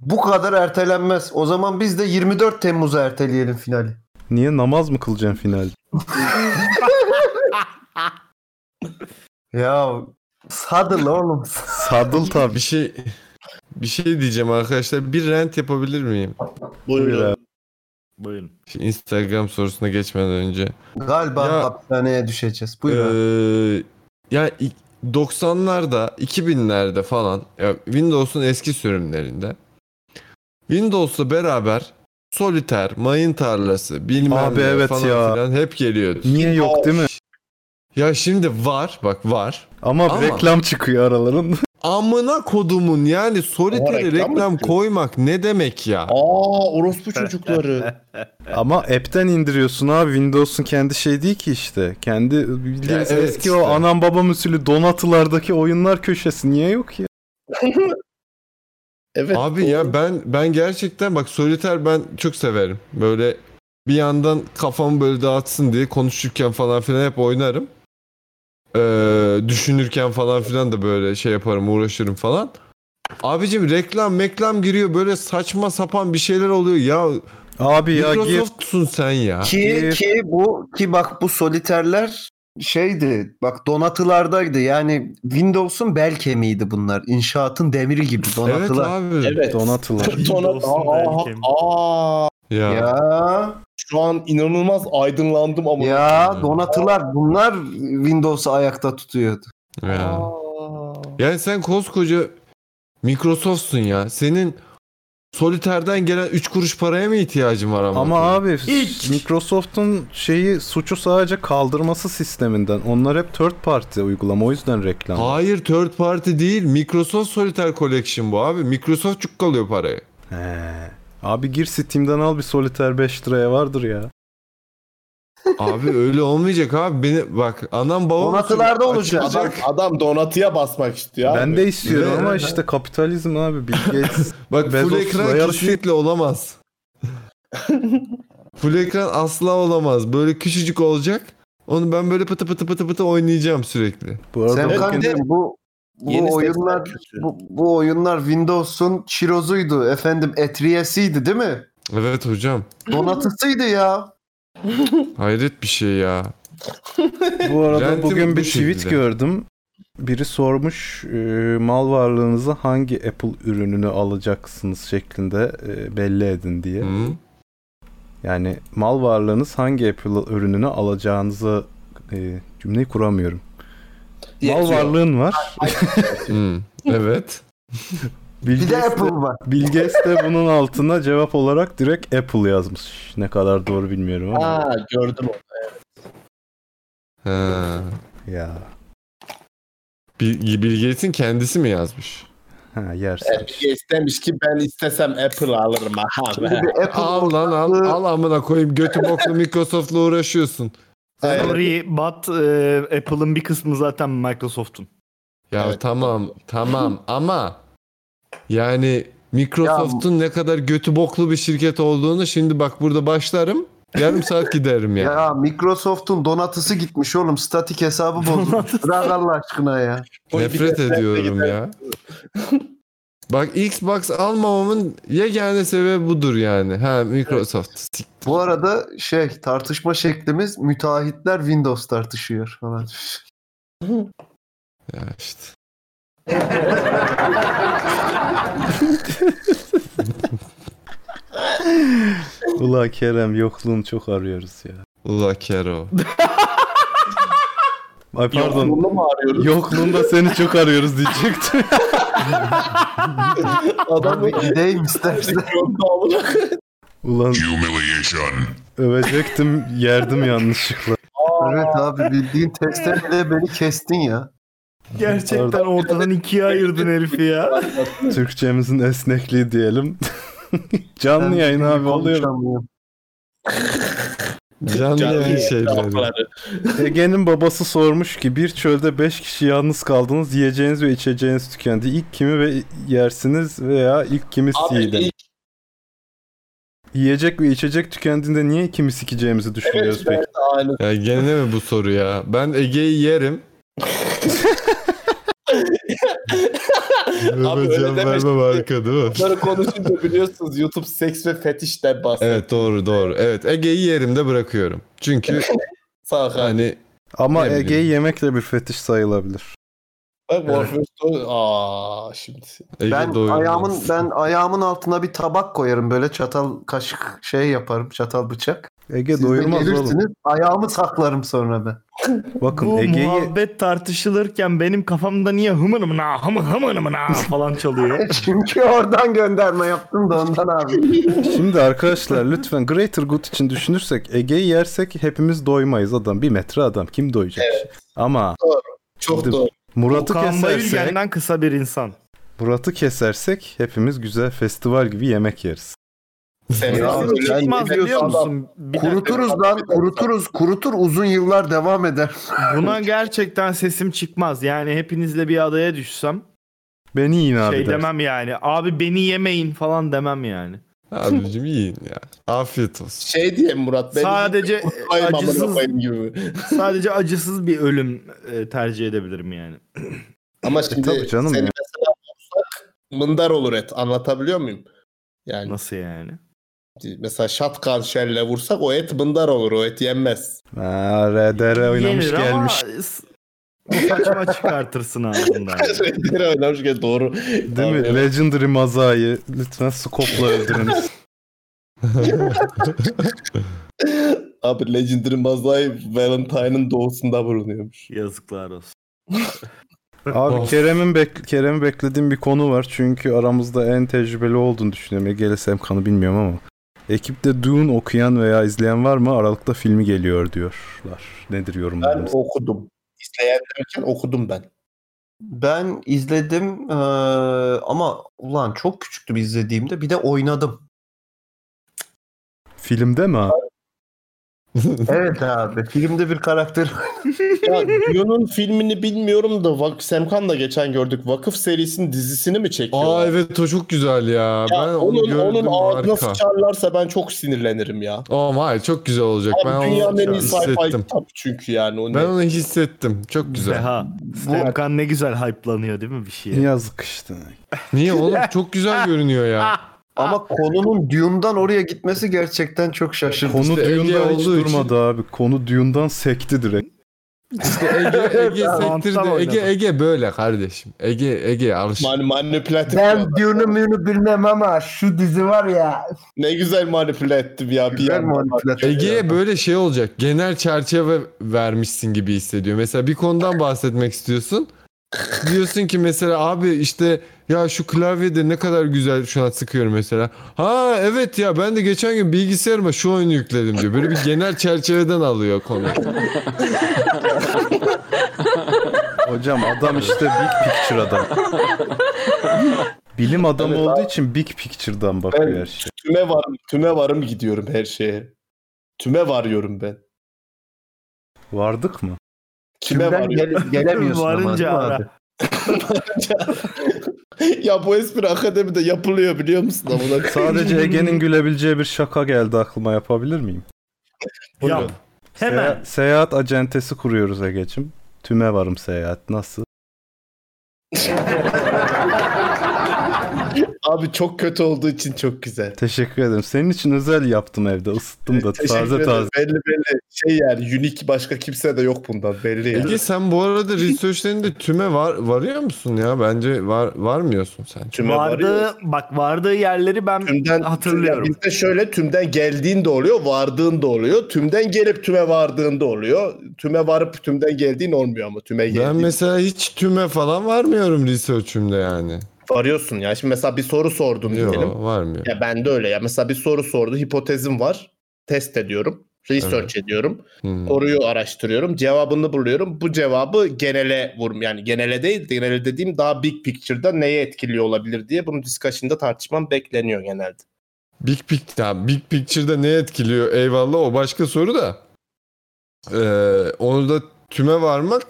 bu kadar ertelenmez. O zaman biz de 24 Temmuz'a erteleyelim finali.
Niye namaz mı kılacaksın final?
Ya sadıl oğlum.
Sadıl tabii.
Bir şey bir şey diyeceğim arkadaşlar. Bir rant yapabilir miyim?
Buyurun.
Buyurun.
Şu Instagram sorusuna geçmeden önce.
Galiba
Ya-
hapishaneye düşeceğiz. Buyur abi.
Ee, ya i- 90'larda, 2000'lerde falan ya Windows'un eski sürümlerinde Windows'la beraber soliter, mayın tarlası, bilmem
Abi
ne
evet
falan
ya.
filan hep geliyordu.
Niye yok değil mi?
Ya şimdi var, bak var.
Ama,
Ama-
reklam çıkıyor aralarında. <laughs>
Amına kodumun yani
reklam
solitere
mı
reklam,
çıkıyor?
koymak ne demek ya?
Aa orospu çocukları.
Ama app'ten indiriyorsun abi. Windows'un kendi şey değil ki işte. Kendi
Ya
bildiğiniz
evet
eski
işte.
o anam babam usulü donatılardaki oyunlar köşesi niye yok ya?
evet.
Abi ya ben ben gerçekten bak soliter ben çok severim. Böyle bir yandan kafamı böyle dağıtsın diye konuşurken falan filan hep oynarım. Ee, düşünürken falan filan da böyle şey yaparım uğraşırım falan. Abicim reklam meklam giriyor böyle saçma sapan bir şeyler oluyor ya.
Abi ya gir.
Microsoft'sun sen ya.
Ki
bir-
ki bu ki bak bu soliterler şeydi bak donatılardaydı yani Windows'un bel kemiğiydi bunlar inşaatın demiri gibi
Evet
donatılar.
abi.
Evet.
Donatılar.
Donat. Aa,
Belki.
aa,
Ya.
ya
şu an inanılmaz aydınlandım ama.
ya donatılar bunlar Windows'u ayakta tutuyordu.
ya.
Aa.
Yani sen koskoca Microsoft'sun ya. Senin soliterden gelen 3 kuruş paraya mı ihtiyacın var ama?
Ama abi
Hiç.
Microsoft'un şeyi suçu sadece kaldırması sisteminden. Onlar hep third party uygulama o yüzden reklam.
Hayır third party değil. Microsoft Solitaire Collection bu abi. Microsoft çukkalıyor parayı.
He. Abi gir Steam'den al bir soliter 5 liraya vardır ya.
Abi öyle olmayacak abi. Beni bak anam babam
Donatılarda olacak.
Açılacak.
<laughs> Adam, adam donatıya basmak istiyor.
Ben
abi.
de istiyorum
Evet.
ama işte kapitalizm abi Bill Gates.
Bak full
Bezos'la
ekran
yarışıyor.
kesinlikle olamaz. <laughs> full ekran asla olamaz. Böyle küçücük olacak. Onu ben böyle pıtı pıtı pıtı pıtı oynayacağım sürekli.
Bu arada
Semkan
bugün-
değil mi? bu bu
Yeni
oyunlar
sesler kötü.
bu, bu oyunlar Windows'un çirozuydu efendim etriyesiydi değil mi?
Evet hocam.
Donatısıydı ya.
Hayret bir şey ya.
Bu arada
Rentim
bugün
bu
bir tweet
şekilde.
gördüm. Biri sormuş e, mal varlığınızı hangi Apple ürününü alacaksınız şeklinde e, belli edin diye.
Hı?
Yani mal varlığınız hangi Apple ürününü alacağınızı e, cümleyi kuramıyorum. Mal varlığın
<laughs>
var.
Hı. Hmm, Evet.
Bill
Bir de
Gates de-
Apple var.
Bill Gates de bunun altına cevap olarak direkt Apple yazmış. Ne kadar doğru bilmiyorum ama.
Ha gördüm onu.
Ha.
Ya.
Bill Bill Gates'in kendisi mi yazmış?
Ha yersin.
Evet, Bill Gates demiş şey ki ben istesem Apple alırım. Aha,
Bir de Apple
Al lan al. Al amına koyayım. Götü boklu Microsoft'la uğraşıyorsun.
Evet.
Sorry but e, Apple'ın bir kısmı zaten Microsoft'un.
Ya
Evet.
tamam tamam ama yani Microsoft'un ne kadar götü boklu bir şirket olduğunu şimdi bak burada başlarım. Yarım saat giderim yani.
Ya Microsoft'un donatısı gitmiş oğlum. Statik hesabı bozdu. Bırak Allah aşkına ya.
Nefret ediyorum ya. Bak Xbox almamamın yegane sebebi budur yani. Ha Microsoft. Sik-
Bu arada şey tartışma şeklimiz müteahhitler Windows tartışıyor falan.
Ya işte.
Ula Kerem yokluğunu çok arıyoruz ya.
Ula Kero.
Ay pardon.
Yokluğunu mu arıyoruz?
Yokluğunda seni çok arıyoruz diyecektim.
Adam
Abi
<laughs>
gideyim istersen.
Ulan övecektim yerdim yanlışlıkla.
evet abi bildiğin testten bile beni kestin ya.
Gerçekten ortadan ikiye ayırdın herifi ya.
Türkçemizin esnekliği diyelim. <laughs> Canlı
Ben
yayın
bildiğin
abi oluyor. <laughs>
konuşamıyorum.
Canlı yayın şeyleri.
Ege'nin babası sormuş ki bir çölde 5 kişi yalnız kaldınız yiyeceğiniz ve içeceğiniz tükendi. İlk kimi ve yersiniz veya ilk kimi
Abi
siydi.
ilk
Yiyecek ve içecek tükendiğinde niye kimi sikeceğimizi düşünüyoruz peki?
aynı.
Ya gene mi bu soru ya? Ben Ege'yi yerim.
<laughs> Abi öyle deme
Vermeyeceğim, vermem
şimdi.
harika değil mi?
Bunları konuşunca biliyorsunuz YouTube seks ve fetişten bahsediyor.
Evet doğru doğru. Evet Ege'yi yerimde bırakıyorum. Çünkü
Sağ ol.
hani
Ama
Ne bileyim.
Ege'yi yemek de bir fetiş sayılabilir.
Bak Warfare Story- Aa şimdi.
Ege
Ben
doyurmaz.
ayağımın ben ayağımın altına bir tabak koyarım böyle çatal kaşık şey yaparım çatal bıçak.
Ege
Siz de
doyurmaz oğlum.
gelirsiniz, Ayağımı saklarım sonra ben.
Bakın
<laughs> Bu
Ege'yi
muhabbet tartışılırken benim kafamda niye hımır mına hımır hımır mına falan çalıyor.
<laughs> Çünkü oradan gönderme yaptım da ondan abi.
Şimdi arkadaşlar lütfen greater good için düşünürsek Ege'yi yersek hepimiz doymayız adam. Bir metre adam kim doyacak? Ama
Çok
Şimdi-
doğru.
Murat'ı
Okan
kesersek,
Bayülgen'den kısa bir insan.
Murat'ı kesersek hepimiz güzel festival gibi yemek yeriz.
Sen
Ya,
sen-
sen
Çıkmaz
ne
biliyor
diyorsun?
musun? Bir dakika.
Kuruturuz lan kuruturuz kurutur uzun yıllar devam eder.
Buna gerçekten sesim çıkmaz. Yani hepinizle bir adaya düşsem
Beni yiyin abi
şey
dersin.
demem yani. Abi beni yemeyin falan demem yani.
Abicim yiyin ya. Afiyet olsun.
Şey diye Murat ben
sadece
Ayım amına
acısız
koyayım gibi.
sadece acısız bir ölüm e, tercih edebilirim yani.
Ama şimdi
tabii canım
seni
ya.
mesela bulsak mındar olur et. Anlatabiliyor muyum? Yani
Nasıl yani?
mesela şatkan şelle vursak o et mındar olur. O et yenmez. <laughs>
Ha, RDR oynamış
Yenir ama
gelmiş.
s- bu saçma çıkartırsın
<laughs>
ağzından.
Şeyleri oynamışken doğru.
Değil mi?
Abi,
Legendary Maza'yı lütfen skopla öldürünüz.
abi Legendary Mazai Valentine'ın doğusunda bulunuyormuş.
Yazıklar olsun.
Abi
Of.
Kerem'in bek Kerem'i beklediğim bir konu var. Çünkü aramızda en tecrübeli olduğunu düşünüyorum. Ege'yle Semkan'ı bilmiyorum ama. Ekipte Dune okuyan veya izleyen var mı? Aralıkta filmi geliyor diyorlar. Nedir
Ben
yorumlarınız?
okudum. İsteyen derken okudum ben. <laughs>
Ben izledim eee, ama ulan çok küçüktüm izlediğimde bir de oynadım.
Filmde mi abi?
<laughs> Evet abi filmde bir karakter.
Ya Dune'un filmini bilmiyorum da Vak Semkan da geçen gördük. Vakıf serisinin dizisini mi çekiyor?
Aa evet o çok güzel ya. ben onu
onun, onun
gördüm
ağzına
harika.
sıçarlarsa ben çok sinirlenirim ya.
Oğlum hayır çok güzel olacak.
Abi
ben
dünyanın en
onu
iyi sci-fi
hissettim.
kitap çünkü yani. O
Ben
ne?
onu hissettim. Çok güzel.
Seha. Stemkan ne güzel hype'lanıyor değil mi bir şeye?
Yazık işte.
Niye oğlum?
<laughs>
Çok güzel görünüyor ya.
Ama konunun Dune'dan oraya gitmesi gerçekten çok şaşırtıcı.
Konu
İşte Ege
Dune'dan hiç
olduğu için-
durmadı abi. Konu Dune'dan sekti direkt.
İşte Ege, Ege
Mantıklı
sektirdi. Ege,
oynadım.
Ege böyle kardeşim. Ege, Ege alışık.
Man- manipülatif. ya.
Ben Dune'u Mune'u bilmem ama şu dizi var ya.
Ne güzel manipüle ettim ya. Bir
Güzel
yandan.
manipülatif.
Ege'ye böyle şey olacak. Genel çerçeve vermişsin gibi hissediyor. Mesela bir konudan bahsetmek istiyorsun. Diyorsun ki mesela abi işte ya şu klavyede ne kadar güzel şu an sıkıyorum mesela. Ha evet ya ben de geçen gün bilgisayarıma şu oyunu yükledim diyor. Böyle bir genel çerçeveden alıyor konu.
Hocam adam işte big picture adam. <laughs> Bilim adamı
Evet,
olduğu için big picture'dan bakıyor
Ben-
her şey.
Tüme varım, tüme varım gidiyorum her şeye. Tüme varıyorum ben.
Vardık mı?
Kime
Kimden
varıyorum?
gele- gelemiyorsun ama,
Varınca
değil mi
ara.
abi?
<laughs> ya bu espri akademide yapılıyor biliyor musun? Amına
<laughs>
Sadece Ege'nin gülebileceği bir şaka geldi aklıma yapabilir miyim?
Yap. Hemen.
Seya- seyahat acentesi kuruyoruz Ege'cim. Tüme varım seyahat nasıl?
Abi çok kötü olduğu için çok güzel.
Teşekkür ederim. Senin için özel yaptım evde. Isıttım da
<laughs> Teşekkür
taze
ederim.
taze.
Belli belli. Şey yani unique başka kimse de yok bundan belli yani.
Ege sen bu arada researchlerinde tüme var varıyor musun ya? Bence var varmıyorsun sen.
Tüme varıyor.
Vardığı, bak vardığı yerleri ben
Tümden,
hatırlıyorum.
Bizde şöyle tümden geldiğin de oluyor, vardığın da oluyor. Tümden gelip tüme vardığın da oluyor. Tüme varıp tümden geldiğin olmuyor ama tüme geldiğin.
Ben mesela hiç tüme falan varmıyorum research'ümde yani.
Varıyorsun ya. Şimdi mesela bir soru sordum diyelim.
Yok varmıyor.
Ya ben de öyle ya. Mesela bir soru sordu, hipotezim var. Test ediyorum, research ediyorum.
Hmm.
Soruyu araştırıyorum, cevabını buluyorum. Bu cevabı genele vurum yani genele değil, genele dediğim daha big picture'da neye etkiliyor olabilir diye bunu discussion'da tartışmam bekleniyor genelde.
Big Picture, ya Big Picture'da ne etkiliyor? Eyvallah o başka soru da. Ee, onu da tüme varmak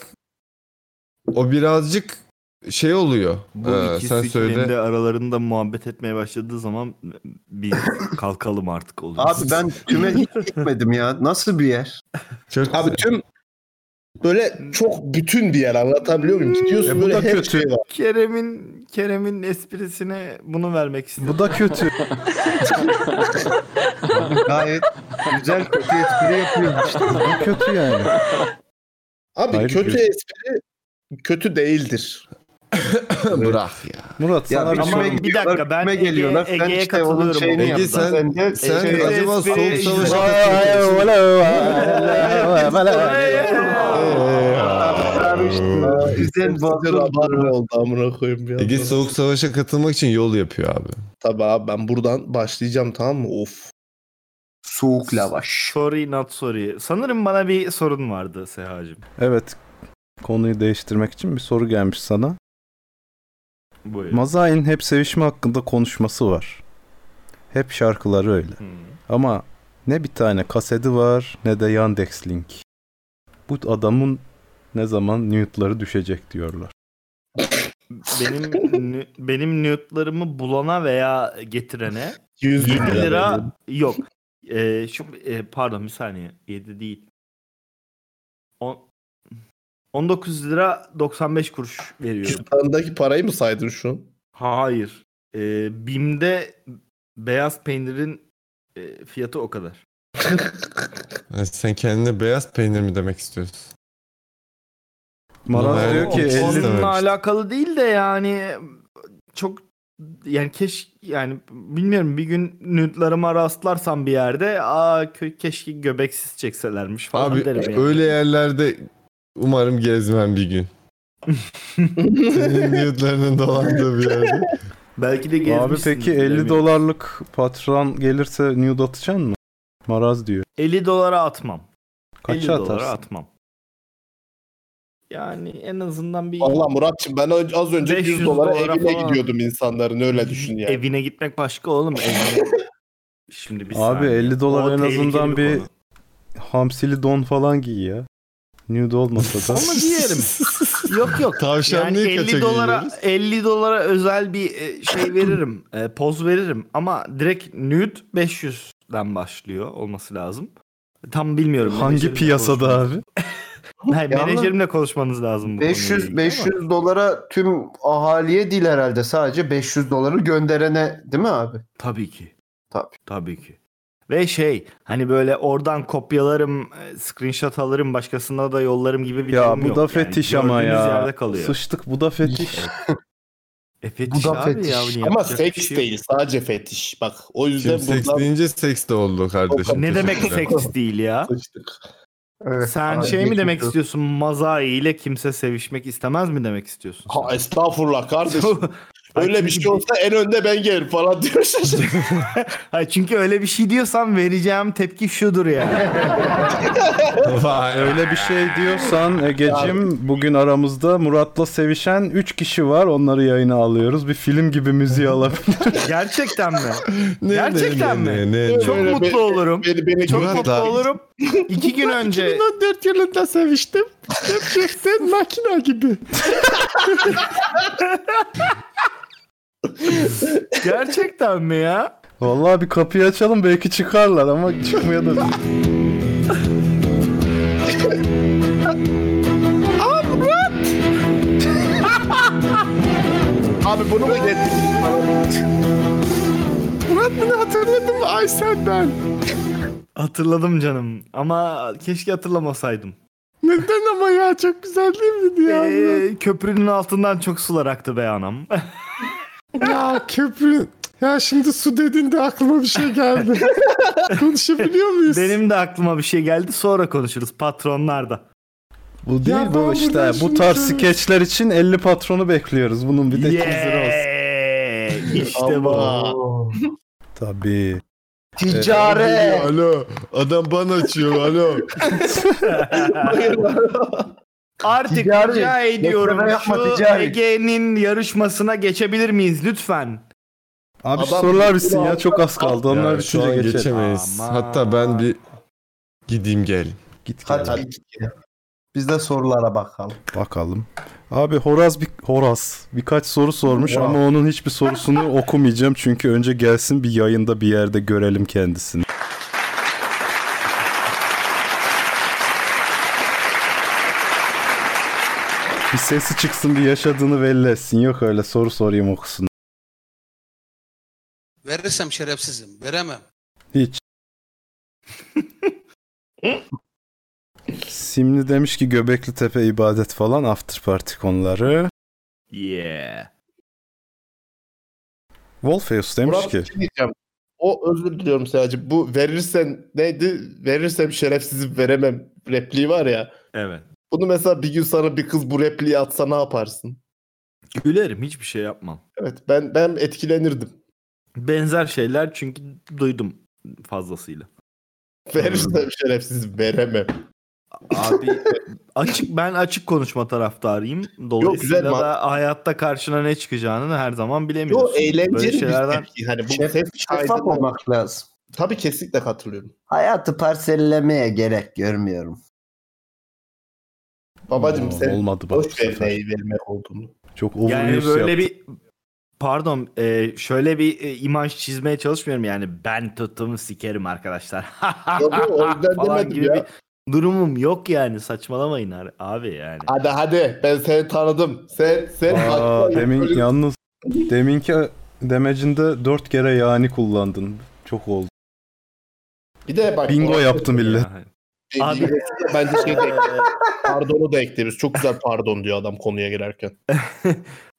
o birazcık şey oluyor.
Bu
Ee,
ikisi
sen söyle.
kendi aralarında muhabbet etmeye başladığı zaman
<coughs>
bir kalkalım artık oluyor.
Abi ben tüme hiç gitmedim ya. Nasıl bir yer?
Çok
Abi tüm böyle çok bütün bir yer anlatabiliyor muyum? Gidiyorsun
E bu
böyle
da
her
kötü.
şey var.
Kerem'in Kerem'in esprisine bunu vermek istedim.
Bu da kötü.
Gayet güzel kötü espri yapıyoruz işte.
Bu kötü yani.
Abi
Hayır,
kötü
kötü.
espri kötü değildir.
bırak ya.
Murat
Ya
sana bir
ama
şey
bir dakika, ben
kime
Ege-
geliyorlar. Sen
Ege'ye
işte onun
katılıyorum
şeyini
orada. Ege,
yap.
sen-
Sen de şey-
Sen
Ege-
acaba
Espri-
soğuk savaşa
Vay,
katılıyor musun?
Güzel
Sadece rabarba oldu amına koyayım ya.
Ege soğuk savaşa katılmak için yol yapıyor abi.
Tabii abi ben buradan başlayacağım tamam mı? Of.
Soğuk lavaş.
Sorry not sorry. Sanırım bana bir sorun vardı Seha'cığım.
Evet. Konuyu değiştirmek için bir soru gelmiş sana.
Buyur.
Mazai'nin hep sevişme hakkında konuşması var. Hep şarkıları öyle.
Hmm.
Ama ne bir tane kaseti var ne de Yandex link. Bu adamın ne zaman nude'ları düşecek diyorlar.
Benim nü- benim nude'larımı bulana veya getirene
100
7 lira yok. Ee, şu e, pardon bir saniye. 7 değil. On- 19 lira 95 kuruş veriyorum.
Cüzdanındaki parayı mı saydın şu an?
Hayır. Ee, Bim'de beyaz peynirin e, fiyatı o kadar.
Evet, Sen kendine beyaz peynir mi demek istiyorsun?
Maraz
Ama
diyor ki
o-
50
onunla
o- dememiştim.
alakalı değil de yani çok yani keş yani bilmiyorum bir gün nütlarıma rastlarsam bir yerde aa kö- keşke göbeksiz çekselermiş falan
Abi
derim yani.
öyle yerlerde umarım gezmem bir gün.
<laughs>
Senin nude'larının dolandığı bir yerde.
Belki de
Abi
gezmişsindir,
peki 50
bilemiyorum.
dolarlık patron gelirse nude atacaksın mı? Maraz diyor.
50 dolara atmam. 50
Kaça
dolara
atarsın?
atmam. Yani en azından bir
Valla Muratçım ben ö- az önce 100
500
dolara
dolara
evine
falan.
gidiyordum insanların öyle düşün yani.
evine gitmek başka oğlum.
<laughs>
Evine... Şimdi bir
Abi
saniye.
50 dolar
O
en
tehlikeli
azından bir-
konu.
Hamsili don falan giy ya. Nude olmasa da.
Ama diyelim.
<laughs>
yok yok.
Tavşanlığı
Yani 50
kaça
dolara
giyiyoruz?
50 dolara özel bir e, şey veririm. e, poz veririm ama direkt nude 500'den başlıyor olması lazım. Tam bilmiyorum.
Hangi
<laughs> menajerimle
piyasada
konuşmanız-
abi?
Hayır,
Yalnız-
menajerimle konuşmanız lazım bu konuyla
500
ilgili ama-
500 dolara tüm ahaliye değil herhalde sadece 500 doları gönderene değil mi abi?
Tabii ki.
Tabii.
Tabii ki. Ve şey hani böyle oradan kopyalarım, e, screenshot alırım başkasına da yollarım gibi bir
Ya
durum
bu
yok.
da
Yani
fetiş ama
gördüğünüz
ya.
yerde kalıyor.
Sıçtık bu da fetiş.
E fetiş
Bu da
abi ya.
fetiş.
<laughs>
bunu
Ama
yapacak bir
seks
şey yok.
değil sadece fetiş. Bak o yüzden
Şimdi seks
buradan
deyince seks de oldu kardeşim.
Ne demek
Teşekkürler.
seks değil ya?
sıçtık.
Evet,
Sen
abi,
şey mi demek
geçmiş olsun.
istiyorsun? Mazai ile kimse sevişmek istemez mi demek istiyorsun?
Ha estağfurullah kardeşim.
<laughs> Ay
Öyle bir
çünkü
şey olsa en önde ben gelirim falan diyor.
Hayır, çünkü öyle bir şey diyorsam vereceğim tepki
<laughs>
şudur yani.
Vay öyle.
Öyle bir şey diyorsan Egecim bugün aramızda Murat'la sevişen 3 kişi var. Onları yayına alıyoruz. Bir film gibi müziği alabilir.
Gerçekten mi?
Ne,
Gerçekten
ne,
mi?
Ne, ne, ne.
Çok
Öyle
mutlu
bir-
olurum.
beni beni
<laughs> Çok
Murat
mutlu
abi.
olurum. İki gün önce...
2014 yılında seviştim. Gerçekten makina gibi.
<laughs> Gerçekten mi ya?
<laughs> Vallahi bir kapıyı açalım belki çıkarlar ama çıkmaya da...
Abi bunu mu getirdin?
Murat bunu hatırladın mı? Ay sen ben.
Hatırladım canım ama keşke hatırlamasaydım.
Neden ama ya çok güzel değil miydi ya?
Ee, köprünün altından çok sular aktı be anam.
ya köprü. Ya şimdi su dedin de aklıma bir şey
<laughs>
geldi. Konuşabiliyor muyuz?
Benim de aklıma bir şey geldi sonra konuşuruz patronlar da.
Bu değil
Ya
bu
ben
işte.
buradan
Bu
şunu
tarz
söyleyeyim.
skeçler için 50 patronu bekliyoruz. Bunun bir de
Yeah!
teaser'ı olsun.
İşte bu.
Tabii.
Ticare.
Alo. Adam bana açıyor. Alo.
Artık
Ticari.
rica ediyorum
Reklam yapma,
şu
ticari.
Ege'nin yarışmasına geçebilir miyiz lütfen?
Abi şu
Adam-
sorular bitsin ya çok az kaldı. Onlar
Ya şu
bitince
an
geçelim.
geçemeyiz.
Aman.
Hatta ben bir gideyim gel.
Git gel.
Hadi, hadi. Biz de sorulara bakalım.
Bakalım. Abi Horaz bir Horaz birkaç soru sormuş
Wow.
ama onun hiçbir sorusunu <laughs> okumayacağım çünkü önce gelsin bir yayında bir yerde görelim kendisini. Bir sesi çıksın bir yaşadığını belli etsin. Yok öyle soru sorayım okusun.
Verirsem şerefsizim. Veremem.
Hiç. Simli demiş ki Göbekli Tepe ibadet falan after party konuları.
Yeah.
Wolfeus demiş
Murat,
ki
bir şey diyeceğim. O özür diliyorum sadece. Bu verirsen neydi? Verirsem şerefsizim veremem repliği var ya.
Evet.
Bunu mesela bir gün sana bir kız bu repliği atsa ne yaparsın?
Gülerim hiçbir şey yapmam.
Evet ben ben etkilenirdim.
Benzer şeyler çünkü duydum fazlasıyla.
Hmm.
Verirsem şerefsizim veremem.
Abi <laughs> açık ben açık konuşma taraftarıyım. Dolayısıyla
güzel ma-
da hayatta karşına ne çıkacağını her zaman bilemiyorsun.
Yo eğlenceli
Böyle
bir
şeylerden
tepki. Hani bu
Şef-
ses
Şeffaf
kaydını-
olmak lazım.
Tabii kesinlikle katılıyorum.
Hayatı parsellemeye gerek görmüyorum.
Babacım
"Oo,
sen
olmadı bak bu
boş ver
sefer."
neyi vermek olduğunu.
Çok
yani
şey
overuse
böyle
yaptı.
bir pardon e, şöyle bir e, imaj çizmeye çalışmıyorum yani ben tutum sikerim arkadaşlar.
Yok, yok, o yüzden
<laughs> Falan
demedim
gibi
ya.
bir durumum yok yani saçmalamayın ar- abi yani.
Hadi hadi ben seni tanıdım. Sen sen
Aa,
Hatta
demin
böyle-
yalnız deminki demecinde dört kere yani kullandın. Çok oldu.
bir de bak
Bingo yaptım millet.
Yani.
Dediği
Abi-
gibi bence şey de
<laughs>
ekleriz. Pardonu da ekleriz. Çok güzel pardon diyor adam konuya
<laughs>
girerken.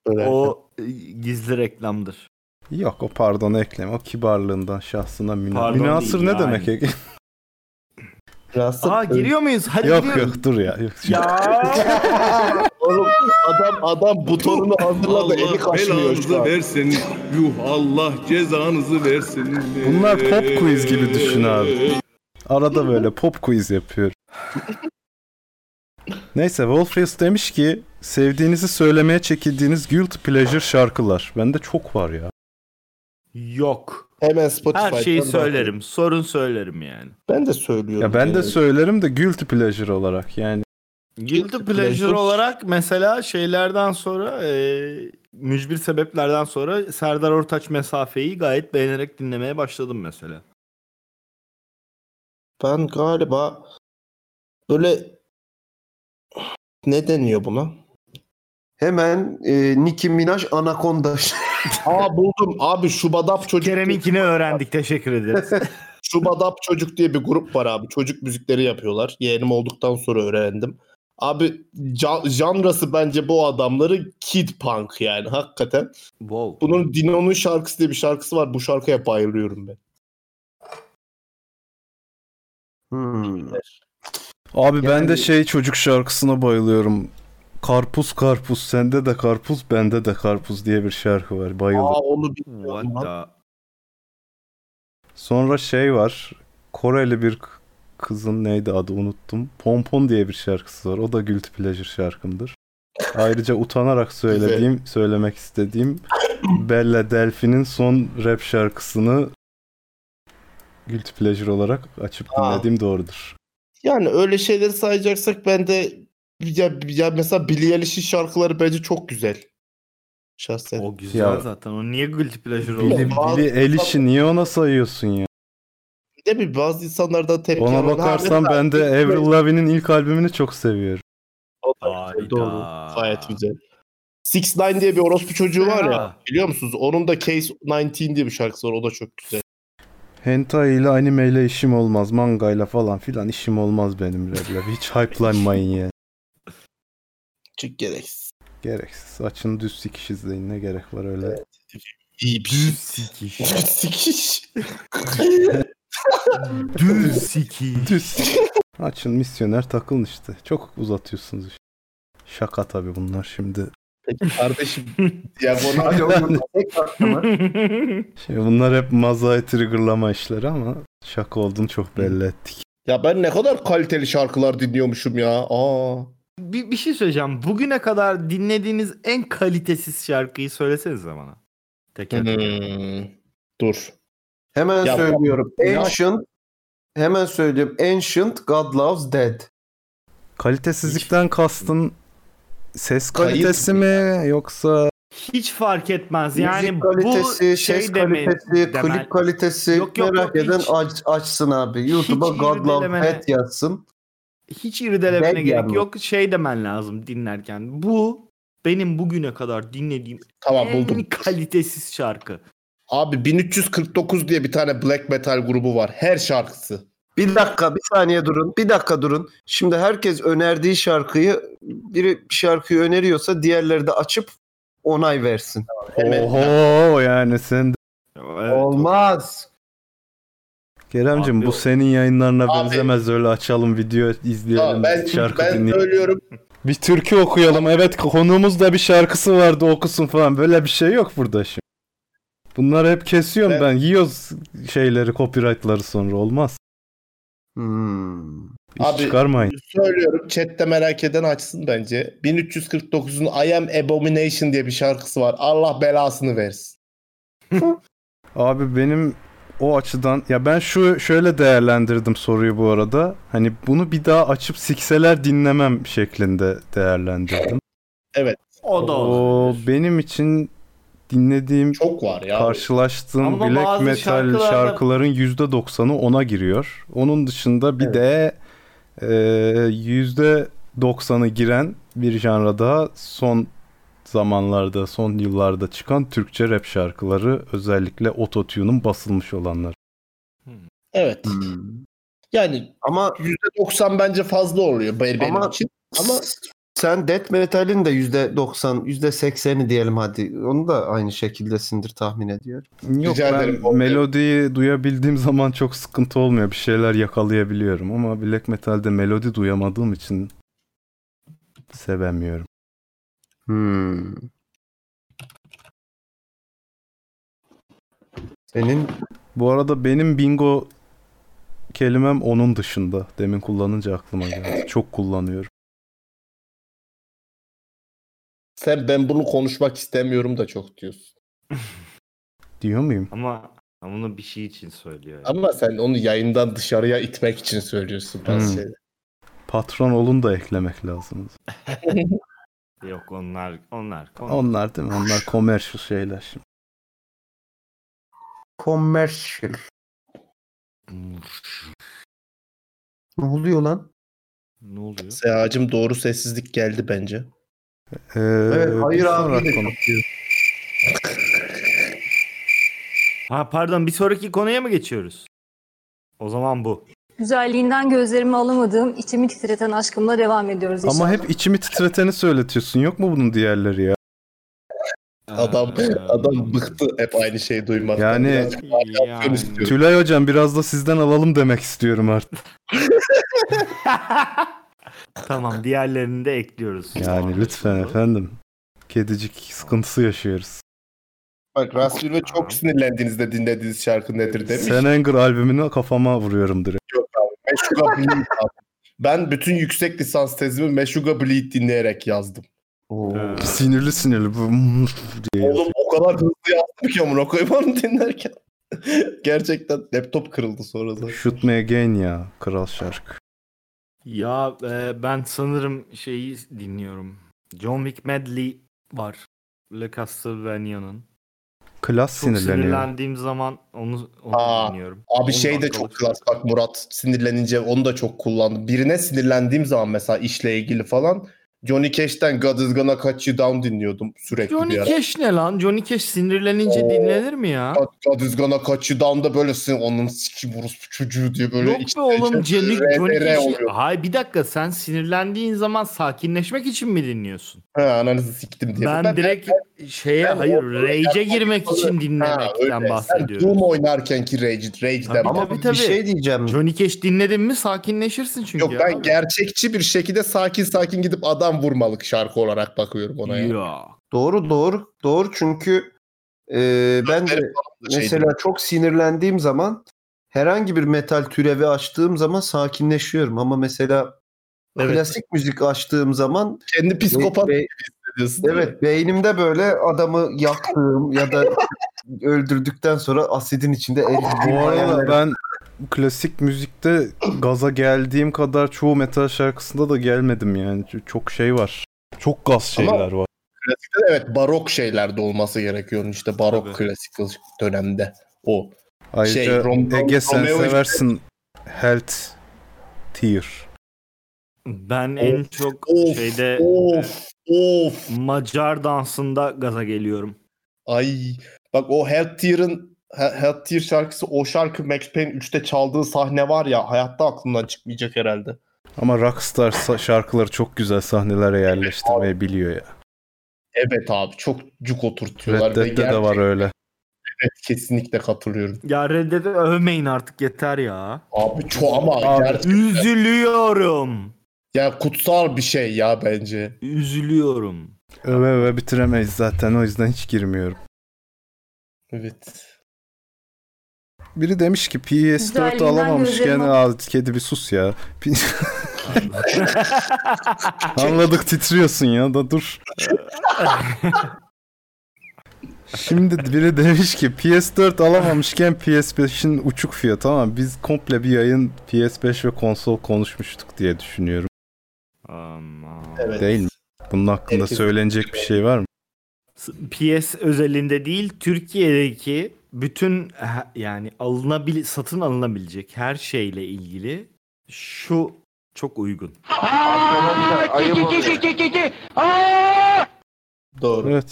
Böyle.
o e, gizli reklamdır.
Yok o pardon ekleme. O kibarlığından şahsına müna.
Pardon
münasır
değil,
ne
yani.
demek?
Rahatsız-
Aa giriyor muyuz?
<laughs>
Hadi
yok
giriyoruz.
yok dur ya. Yok,
Ya.
Oğlum, adam adam butonunu hazırladı eli
Allah
kaşınıyor şu
belanızı
an.
versin. Yuh Allah cezanızı versin.
Bunlar pop quiz gibi düşün abi. Arada böyle pop quiz yapıyorum. Neyse Wolfreus demiş ki sevdiğinizi söylemeye çekildiğiniz guilty pleasure şarkılar. Bende çok var ya.
Yok.
Hemen Spotify'dan
Her şeyi
bak.
söylerim. Sorun söylerim yani.
Ben de söylüyorum.
Ya ben de
yani.
söylerim de guilty pleasure olarak yani.
Guilty pleasure
pleasure.
olarak mesela şeylerden sonra e, mücbir sebeplerden sonra Serdar Ortaç mesafeyi gayet beğenerek dinlemeye başladım mesela.
Ben galiba böyle ne deniyor buna?
Hemen e, Nicki Minaj <laughs> Anaconda.
Aa buldum. Abi şu badap çocuk.
Kerem'inkini öğrendik teşekkür ederiz.
Şubadap Çocuk diye bir grup var abi. Çocuk müzikleri yapıyorlar. Yeğenim olduktan sonra öğrendim. Abi ca- janrası bence bu adamları kid punk yani hakikaten.
<laughs> Wow.
Bunun Dino'nun şarkısı diye bir şarkısı var. Bu şarkıya bayılıyorum ben.
Hmm.
Abi ben
Yani-
de şey çocuk şarkısına bayılıyorum. Karpuz karpuz sende de karpuz bende de karpuz diye bir şarkı var. Bayıldım.
Aa onu
What
bilmiyorum. lan.
the...
Sonra şey var. Koreli bir k- kızın neydi adı unuttum. Pompon diye bir şarkısı var. O da guilty pleasure şarkımdır. Ayrıca utanarak söylediğim, söylemek istediğim Bella Delphi'nin son rap şarkısını guilty pleasure olarak açıp
Aa.
dinlediğim doğrudur.
Yani öyle şeyleri sayacaksak ben de ya, ya mesela Billie Eilish'in şarkıları bence çok güzel. Şahsen.
O güzel
Ya-
zaten. O niye guilty pleasure
Bilmiyorum.
oldu?
Billy, Billy Eilish'i niye ona sayıyorsun ya?
Bir de bir bazı insanlardan tepki
Ona
alan-
bakarsan
Ha,
ben de
mesela-
Avril Lavigne'in ilk albümünü çok seviyorum.
O da
Hayda.
güzel, Doğru. Gayet güzel. Six Nine diye bir orospu çocuğu var ya
Ha.
biliyor musunuz? Onun da Case 19 diye bir şarkısı var o da çok güzel.
Hentai ile anime ile işim olmaz. Manga ile falan filan işim olmaz benim Red Lab. Hiç hype'lanmayın yani.
Çok gereksiz.
Gereksiz. Açın düz sikiş izleyin. Ne gerek var öyle.
İyi bir
Düz sikiş.
sikiş.
Düz sikiş.
Düz sikiş. Açın misyoner takılın işte. Çok uzatıyorsunuz işte. Şaka tabii bunlar şimdi.
Peki kardeşim diagonal
Hadi <laughs> oğlum, tek farkı mı?
Şey, bunlar hep mazayı triggerlama işleri ama şaka olduğunu çok belli ettik.
Ya ben ne kadar kaliteli şarkılar dinliyormuşum ya. Aa.
bir, bir şey söyleyeceğim. Bugüne kadar dinlediğiniz en kalitesiz şarkıyı söylesenize bana. Teker teker.
Hmm. Dur.
Hemen
Ya-
söylüyorum.
Ya-
Ancient hemen söylüyorum. Ancient God Loves Dead.
Kalitesizlikten kastın ses
Kayıt
kalitesi mi yoksa
Hiç fark etmez. Yani
Müzik
bu
kalitesi,
şey
ses
deme-
kalitesi,
demel-
klip kalitesi
Yok, yok,
merak
yok,
eden
hiç-
aç, açsın abi. YouTube'a
hiç
God Love
irdelemene-
Pet yazsın.
Hiç irdelemene
Ben
gerek
yandım.
yok. Şey demen lazım dinlerken. Bu benim bugüne kadar dinlediğim
Tamam
en
buldum.
<laughs> kalitesiz şarkı.
Abi 1349 diye bir tane black metal grubu var. Her şarkısı.
Bir dakika, bir saniye durun. Bir dakika durun. Şimdi herkes önerdiği şarkıyı, biri bir şarkıyı öneriyorsa diğerleri de açıp onay versin.
Oh,
Hemen-
oho yani sen de...
Evet,
Olmaz.
Keremcim
Abi-
bu senin yayınlarına
Abi-
benzemez öyle açalım video izleyelim
Tamam, ben
şarkı
ben
dinleyelim.
söylüyorum.
Bir türkü okuyalım. Evet konuğumuz da bir şarkısı vardı okusun falan. Böyle bir şey yok burada şimdi. Bunları hep kesiyorum
Ben-
ben. Yiyoruz şeyleri, copyright'ları sonra olmaz.
Hmm.
İş
Abi-
çıkarmayın.
Söylüyorum. Chat'te merak eden açsın bence. 1349'un I Am Abomination diye bir şarkısı var. Allah belasını versin.
Abi benim o açıdan ya ben şu şöyle değerlendirdim soruyu bu arada. Hani bunu bir daha açıp sikseler dinlemem şeklinde değerlendirdim.
O da
o
olabilir.
benim için dinlediğim
Çok var ya.
Karşılaştığım
Ama
black
bazı
metal
şarkılarda-
şarkıların %90'ı ona giriyor. Onun dışında bir de e, %90'ı giren bir janra daha son zamanlarda, son yıllarda çıkan Türkçe rap şarkıları özellikle ototune'un basılmış olanlar.
Evet.
Hmm.
Yani
Ama
%90 bence fazla oluyor be- benim
Ama-
için.
Ama sen death metal'in de %90, %80'i diyelim hadi. Onu da aynı şekildesindir tahmin ediyorum.
Yok
Rica ederim,
ben
Bombay.
melodiyi duyabildiğim zaman çok sıkıntı olmuyor. Bir şeyler yakalayabiliyorum ama black metal'de melodi duyamadığım için sevemiyorum.
Hmm. Senin
Bu arada benim bingo kelimem onun dışında. Demin kullanınca aklıma geldi. Çok kullanıyorum.
Sen ben bunu konuşmak istemiyorum da çok diyorsun.
Diyor muyum?
Ama ama bunu bir şey için söylüyor. yani.
Ama sen onu yayından dışarıya itmek için söylüyorsun bazı
Hmm.
şeyleri.
Patron olun da eklemek lazım.
Yok onlar onlar. onlar.
Onlar değil mi? Onlar commercial şeyler şimdi.
commercial. Ne oluyor lan?
Ne oluyor?
Sehacım doğru sessizlik geldi bence.
Ee,
Evet, hayır
bir
abi.
sonraki konu.
Ha pardon bir sonraki konuya mı geçiyoruz? O zaman bu.
Güzelliğinden gözlerimi alamadığım, içimi titreten aşkımla devam ediyoruz
Ama
inşallah.
hep içimi titreteni söyletiyorsun. Yok mu bunun diğerleri ya?
Adam
Ee,
adam bıktı hep aynı şeyi duymaktan.
Yani-
Birazcık daha yapsın
Yani.
istiyorum.
Tülay hocam biraz da sizden alalım demek istiyorum artık.
tamam diğerlerini de ekliyoruz.
Yani lütfen efendim. Kedicik sıkıntısı yaşıyoruz.
Bak Rasul ve çok sinirlendiğinizde dinlediğiniz şarkı nedir demiş.
Sen Anger albümünü kafama vuruyorum direkt.
Meshuga Bleed abi. Ben bütün yüksek lisans tezimi Meshuga Bleed dinleyerek yazdım.
Ee,
Sinirli sinirli. bu diye yazıyor.
Oğlum o kadar hızlı yazdım ki amına koyayım onu dinlerken. <laughs> Gerçekten laptop kırıldı sonra da.
Shoot me again ya. Kral şarkı.
Ya e, ben sanırım şeyi dinliyorum. John Wick Medley var. Le Castlevania'nın.
Klas
Çok
sinirleniyor.
sinirlendiğim zaman onu, onu
Aa,
dinliyorum.
Abi
On
şey de
dakikalık
çok klas bak Murat sinirlenince onu da çok kullandım. Birine sinirlendiğim zaman mesela işle ilgili falan Johnny Cash'ten God is gonna cut you down dinliyordum sürekli bir
Johnny
ara.
Cash ne lan? Johnny Cash sinirlenince
Oo.
dinlenir mi ya?
God, God is gonna cut you down da böyle sin- onun sikim orospu çocuğu diye böyle
Yok be
içten
oğlum
içe
Johnny,
RDR
Johnny Cash.
oluyor.
Hayır bir dakika sen sinirlendiğin zaman sakinleşmek için mi dinliyorsun?
He ananızı siktim diye.
Ben, direkt şeye
ben-
hayır
ben-
rage'e girmek
ben-
için
Ha, öyle.
dinlemekten
Sen
bahsediyorum.
Doom oynarken ki Rage, Rage'den
Tabii,
bahsediyorum.
Ama
tabii,
bir
tabii.
şey diyeceğim.
Johnny Cash dinledin mi sakinleşirsin çünkü.
Yok ben
abi.
gerçekçi bir şekilde sakin sakin gidip adam vurmalık şarkı olarak bakıyorum ona ya.
Ya.
Doğru doğru. Doğru çünkü e, ben de
Şey
mesela çok sinirlendiğim zaman herhangi bir metal türevi açtığım zaman sakinleşiyorum. Ama mesela
Evet.
klasik müzik açtığım zaman
kendi psikopat
Be-
diyorsun. değil mi?
Evet beynimde böyle adamı yaktığım ya da öldürdükten sonra asidin içinde
Bu
eridiğim
arada
hayaller.
ben klasik müzikte gaza geldiğim kadar çoğu metal şarkısında da gelmedim yani. Ç- Çok şey var. Çok gaz
Ama-
şeyler var.
Klasikte de evet barok şeylerde olması gerekiyor. onun işte barok
Tabii.
klasik dönemde o.
Ayrıca
Şey, Rom-
Ege sen
Romeo işte-
seversin Health Tier.
Ben en çok
Of
E,
şeyde
of of.
Macar dansında gaza geliyorum.
Ay bak o Health Tier'ın He- Health Tier şarkısı o şarkı Max Payne 3'te çaldığı sahne var ya hayatta aklımdan çıkmayacak herhalde.
Ama Rockstar sa- şarkıları çok güzel sahnelere yerleştirmeyi biliyor ya.
Evet abi çok cuk oturtuyorlar.
Red
ve
Dead'de de var
gerçekten
öyle.
Kesinlikle katılıyorum.
Ya reddede övmeyin artık yeter ya.
Abi çok ama ger-
Üzülüyorum.
ya kutsal bir şey ya bence.
Üzülüyorum.
Öve öve bitiremeyiz zaten o yüzden hiç girmiyorum.
Evet.
Biri demiş ki PS4
Güzelliğinden
alamamışken
gözlerim
al kedi bir sus ya. Anladık titriyorsun ya da dur. Şimdi biri demiş ki PS4 alamamışken PS5'in uçuk fiyatı ama biz komple bir yayın PS5 ve konsol konuşmuştuk diye düşünüyorum.
Aman.
Evet.
Değil mi? Bunun hakkında
Herkes-
söylenecek bir şey var mı?
PS özelinde değil Türkiye'deki bütün he- yani alınabil satın alınabilecek her şeyle ilgili şu çok uygun.
Doğru.
Evet.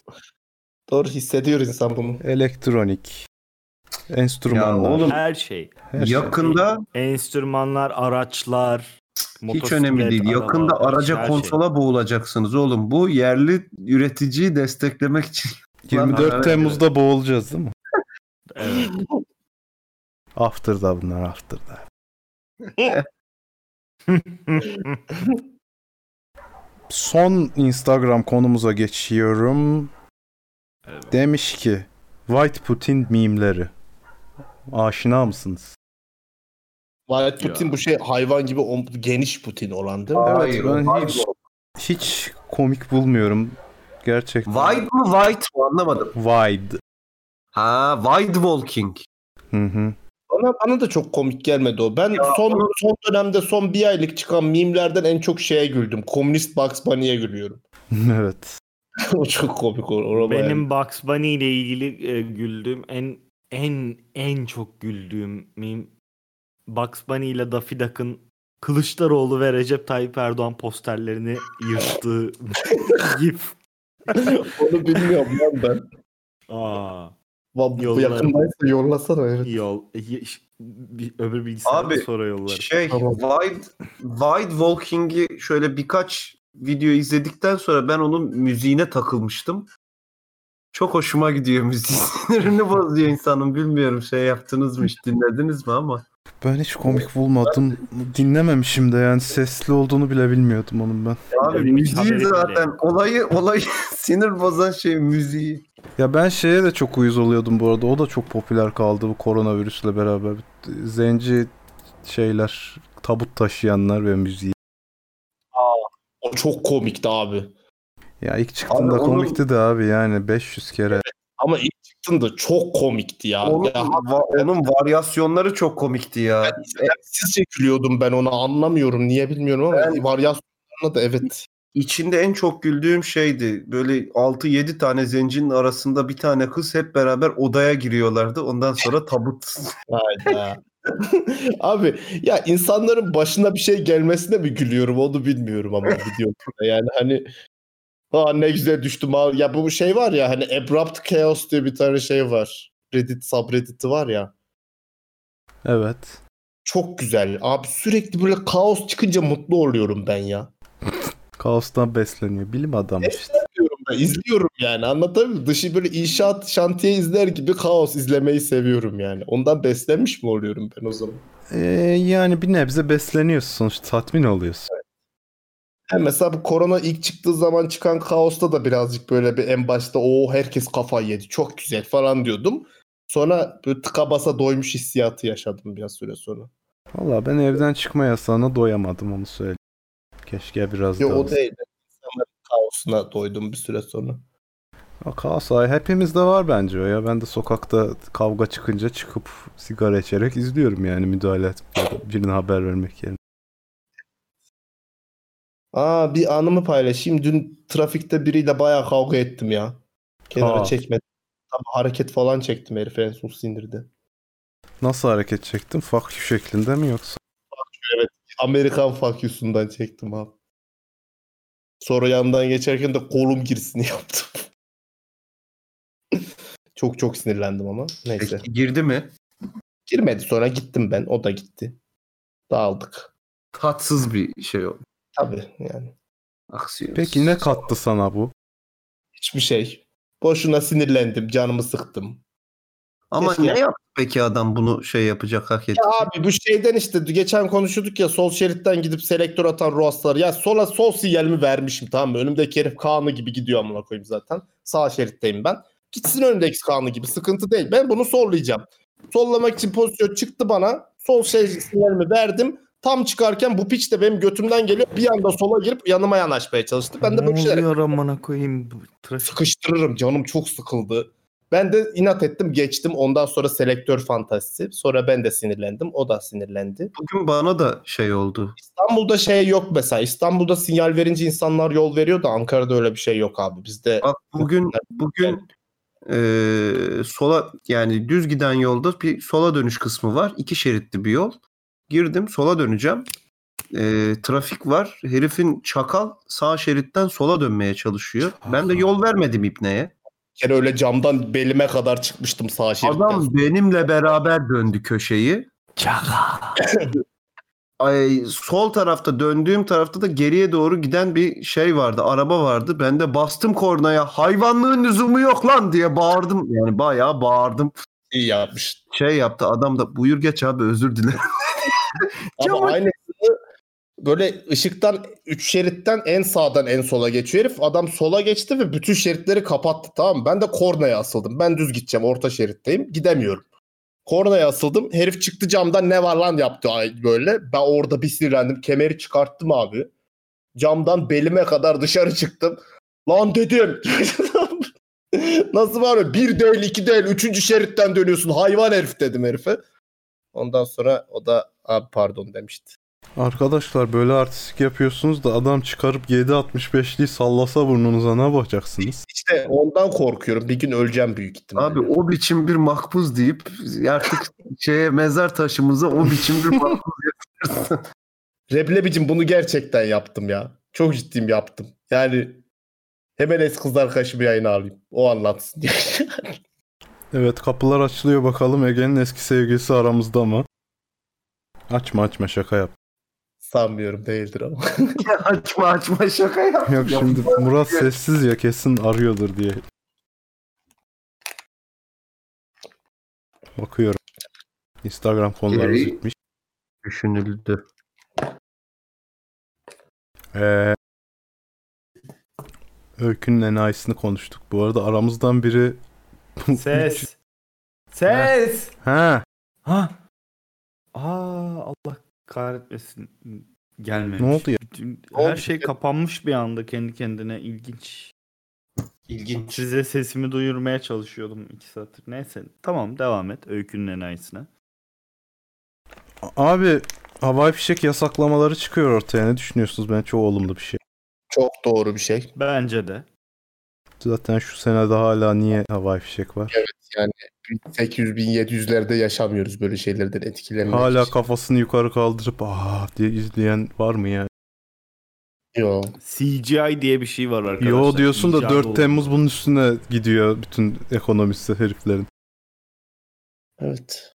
Doğru hissediyor insan bunu.
Elektronik. Enstrümanlar.
Ya oğlum
Her şey.
her şey.
yakında
Enstrümanlar, araçlar,
hiç
motosiklet,
önemli değil.
araba,
Yakında araca
her şey.
konsola boğulacaksınız oğlum. Bu yerli üreticiyi desteklemek için.
24 Temmuz'da boğulacağız değil mi?
şey.
<laughs>
Evet.
After'da bunlar after'da. <laughs> Son Instagram konumuza geçiyorum.
Evet.
Demiş ki White Putin mimleri. Aşina mısınız?
Vay Putin bu şey hayvan gibi om- geniş Putin olan değil mi?
Hayır,
ben
hayır.
hiç, hiç komik bulmuyorum. Gerçekten.
Wide mı white mı anlamadım.
Wide.
Ha wide walking.
Hı hı. <laughs>
Bana, bana da çok komik gelmedi o. Ben son son dönemde son bir aylık çıkan mimlerden en çok şeye güldüm. Komünist Bugs Bunny'e gülüyorum. <laughs>
evet.
o çok komik. o- Ona bayağı-
Benim Bugs Bunny ile ilgili e, güldüğüm en en en çok güldüğüm meme Bugs Bunny ile Daffy Duck'ın Kılıçdaroğlu ve Recep Tayyip Erdoğan posterlerini
<laughs>
yırttığı gif.
Onu bilmiyorum lan ben.
Aa,
Va- Bu
Yollarım.
yakındaysa yollasana. Evet.
yol y- ş- bir öbür bilgisayarda
Abi,
sonra yollarım.
Şey, Wide, Wide Walking'i şöyle birkaç video izledikten sonra ben onun müziğine takılmıştım. Çok hoşuma gidiyor müziği. <laughs> Sinirini bozuyor insanın. Bilmiyorum şey yaptınız mı hiç dinlediniz mi ama.
Ben hiç komik bulmadım. Dinlememişim de yani sesli olduğunu bile bilmiyordum onun ben.
Abi
Benim hiç
müziği
haberim bile
zaten olayı olayı <laughs> sinir bozan şey müziği.
Ya ben şeye de çok uyuz oluyordum bu arada. O da çok popüler kaldı bu koronavirüsle beraber. Zenci şeyler, tabut taşıyanlar ve müziği.
O çok komikti abi.
Ya ilk çıktığında
Abi onun-
komikti de abi yani 500 kere.
Ama ilk çıktığında çok komikti ya.
Onun,
ya
va- onun varyasyonları çok komikti ya.
sizce gülüyordum ben onu anlamıyorum. Niye bilmiyorum ama varyasyonlarına da evet.
İçinde en çok güldüğüm şeydi. Böyle 6-7 tane zencinin arasında bir tane kız hep beraber odaya giriyorlardı. Ondan sonra tabut.
Hayda. <laughs> abi ya insanların başına bir şey gelmesine mi gülüyorum onu bilmiyorum ama videoda. Yani hani Aa ne güzel düştüm abi. Ya bu şey var ya hani Abrupt Chaos diye bir tane şey var. Reddit subreddit'i var ya.
Evet.
Çok güzel. Abi sürekli böyle kaos çıkınca mutlu oluyorum ben ya.
Kaostan besleniyor. Bilim adamı işte.
izliyorum ben. izliyorum yani. Anlatabiliyor muyum? Dışı böyle inşaat şantiye izler gibi kaos izlemeyi seviyorum yani. Ondan beslenmiş mi oluyorum ben o zaman?
Ee, yani bir nebze besleniyorsun sonuçta. Tatmin oluyorsun.
Ha, mesela bu korona ilk çıktığı zaman çıkan kaosta da birazcık böyle bir en başta o herkes kafayı yedi. Çok güzel falan diyordum. Sonra böyle tıka basa doymuş hissiyatı yaşadım biraz süre sonra.
Valla ben evden çıkma yasağına doyamadım onu söyleyeyim. Keşke biraz
Yo,
daha.
o değil. İnsanların kaosuna doydum bir süre sonra.
O kaos ay hepimizde var bence o ya. Ben de sokakta kavga çıkınca çıkıp sigara içerek izliyorum yani müdahale etmeden birine haber vermek yerine.
Aa bir anımı paylaşayım. Dün trafikte biriyle bayağı kavga ettim ya. Kenara
Aa.
çekmedim. Tabii hareket falan çektim herif en son sindirdi.
Nasıl hareket çektin? Fuck you şeklinde mi yoksa?
Amerikan fuck you'sundan çektim abi. Sonra yandan geçerken de kolum girsin <laughs> yaptım. çok çok sinirlendim ama. Neyse.
Peki girdi mi?
Girmedi sonra gittim ben. O da gitti. Dağıldık.
Tatsız bir şey o.
Tabii yani.
Aksiyon.
Peki ne kattı sana bu?
Hiçbir şey. Boşuna sinirlendim. Canımı sıktım.
Ama
Keşke-
ne yaptı peki adam bunu şey yapacak hak etti?
Ya abi bu şeyden işte geçen konuşuyorduk ya sol şeritten gidip selektör atan Roaslar. Ya sola sol sinyalimi vermişim tamam mı? Önümdeki herif Kaan'ı gibi gidiyor amına koyayım zaten. Sağ şeritteyim ben. Gitsin önümdeki Kaan'ı gibi sıkıntı değil. Ben bunu sollayacağım. Sollamak için pozisyon çıktı bana. Sol şey sinyalimi verdim. Tam çıkarken bu piç de benim götümden geliyor. Bir anda sola girip yanıma yanaşmaya çalıştı. Ben de
ne
böyle şeyler
oluyor amına koyayım bu trafik.
sıkıştırırım canım çok sıkıldı. Ben de inat ettim geçtim. Ondan sonra selektör fantazisi. Sonra ben de sinirlendim. O da sinirlendi.
Bugün bana da şey oldu.
İstanbul'da şey yok mesela. İstanbul'da sinyal verince insanlar yol veriyor da Ankara'da öyle bir şey yok abi. Bizde
Bak bugün bugün eee, sola yani düz giden yolda bir sola dönüş kısmı var. İki şeritli bir yol. Girdim sola döneceğim. Eee, trafik var. Herifin çakal sağ şeritten sola dönmeye çalışıyor. Ben de yol vermedim ipneye.
bir kere öyle camdan belime kadar çıkmıştım sağ şeritten.
Adam benimle beraber döndü köşeyi. <laughs> Ay, sol tarafta döndüğüm tarafta da geriye doğru giden bir şey vardı. Araba vardı. Ben de bastım kornaya. Hayvanlığın lüzumu yok lan diye bağırdım. Yani bayağı bağırdım.
iyi yapmış.
Şey yaptı adam da buyur geç abi özür dilerim.
Ama
Camı-
aynısını böyle ışıktan 3 şeritten en sağdan en sola geçiyor herif. Adam sola geçti ve bütün şeritleri kapattı tamam mı? Ben de kornaya asıldım. Ben düz gideceğim orta şeritteyim. Gidemiyorum. Kornaya asıldım. Herif çıktı camdan ne var lan yaptı ay- böyle. Ben orada bir sinirlendim. Kemeri çıkarttım abi. Camdan belime kadar dışarı çıktım. Lan dedim. <laughs> Nasıl var ya? Bir değil, iki değil, üçüncü şeritten dönüyorsun. Hayvan herif dedim herife. Ondan sonra o da abi pardon demişti.
Arkadaşlar böyle artistik yapıyorsunuz da adam çıkarıp 7.65'liği sallasa burnunuza ne yapacaksınız?
İşte ondan korkuyorum. Bir gün öleceğim büyük ihtimalle.
Abi o biçim bir makbuz deyip artık şeye mezar taşımıza o biçim bir makbuz
Reblebicim bunu gerçekten yaptım ya. Çok ciddiyim yaptım. Yani hemen eski kız arkadaşımı yayına alayım. O anlatsın.
Evet kapılar açılıyor bakalım Ege'nin eski sevgilisi aramızda mı? Açma açma şaka yap.
<laughs> Sanmıyorum değildir ama.
<laughs> açma açma şaka yap.
Yok şimdi Murat sessiz ya kesin arıyordur diye. Bakıyorum. Instagram konuları
Ee,
gitmiş.
Düşünüldü.
Ee, Öykünün enayisini konuştuk. Bu arada aramızdan biri...
Ses. Ses.
ha,
Ha. Aa Allah kahretmesin. Gelmemiş.
Ne oldu ya?
Bütün-
Ne
her
oldu?
şey kapanmış bir anda kendi kendine ilginç.
İlginç.
Size sesimi duyurmaya çalışıyordum iki saattir. Neyse tamam devam et öykünün enayisine.
abi havai fişek yasaklamaları çıkıyor ortaya. Ne düşünüyorsunuz? Ben çok olumlu bir şey.
Çok doğru bir şey.
Bence de.
Zaten şu sene de hala niye havai fişek var?
800-1700'lerde yaşamıyoruz böyle şeylerden etkilenmek
Hala
için.
kafasını yukarı kaldırıp ah diye izleyen var mı ya?
Yo.
CGI diye bir şey var arkadaşlar.
Yo diyorsun da
İcat
4
oldu.
Temmuz bunun üstüne gidiyor bütün ekonomisi heriflerin.
Evet.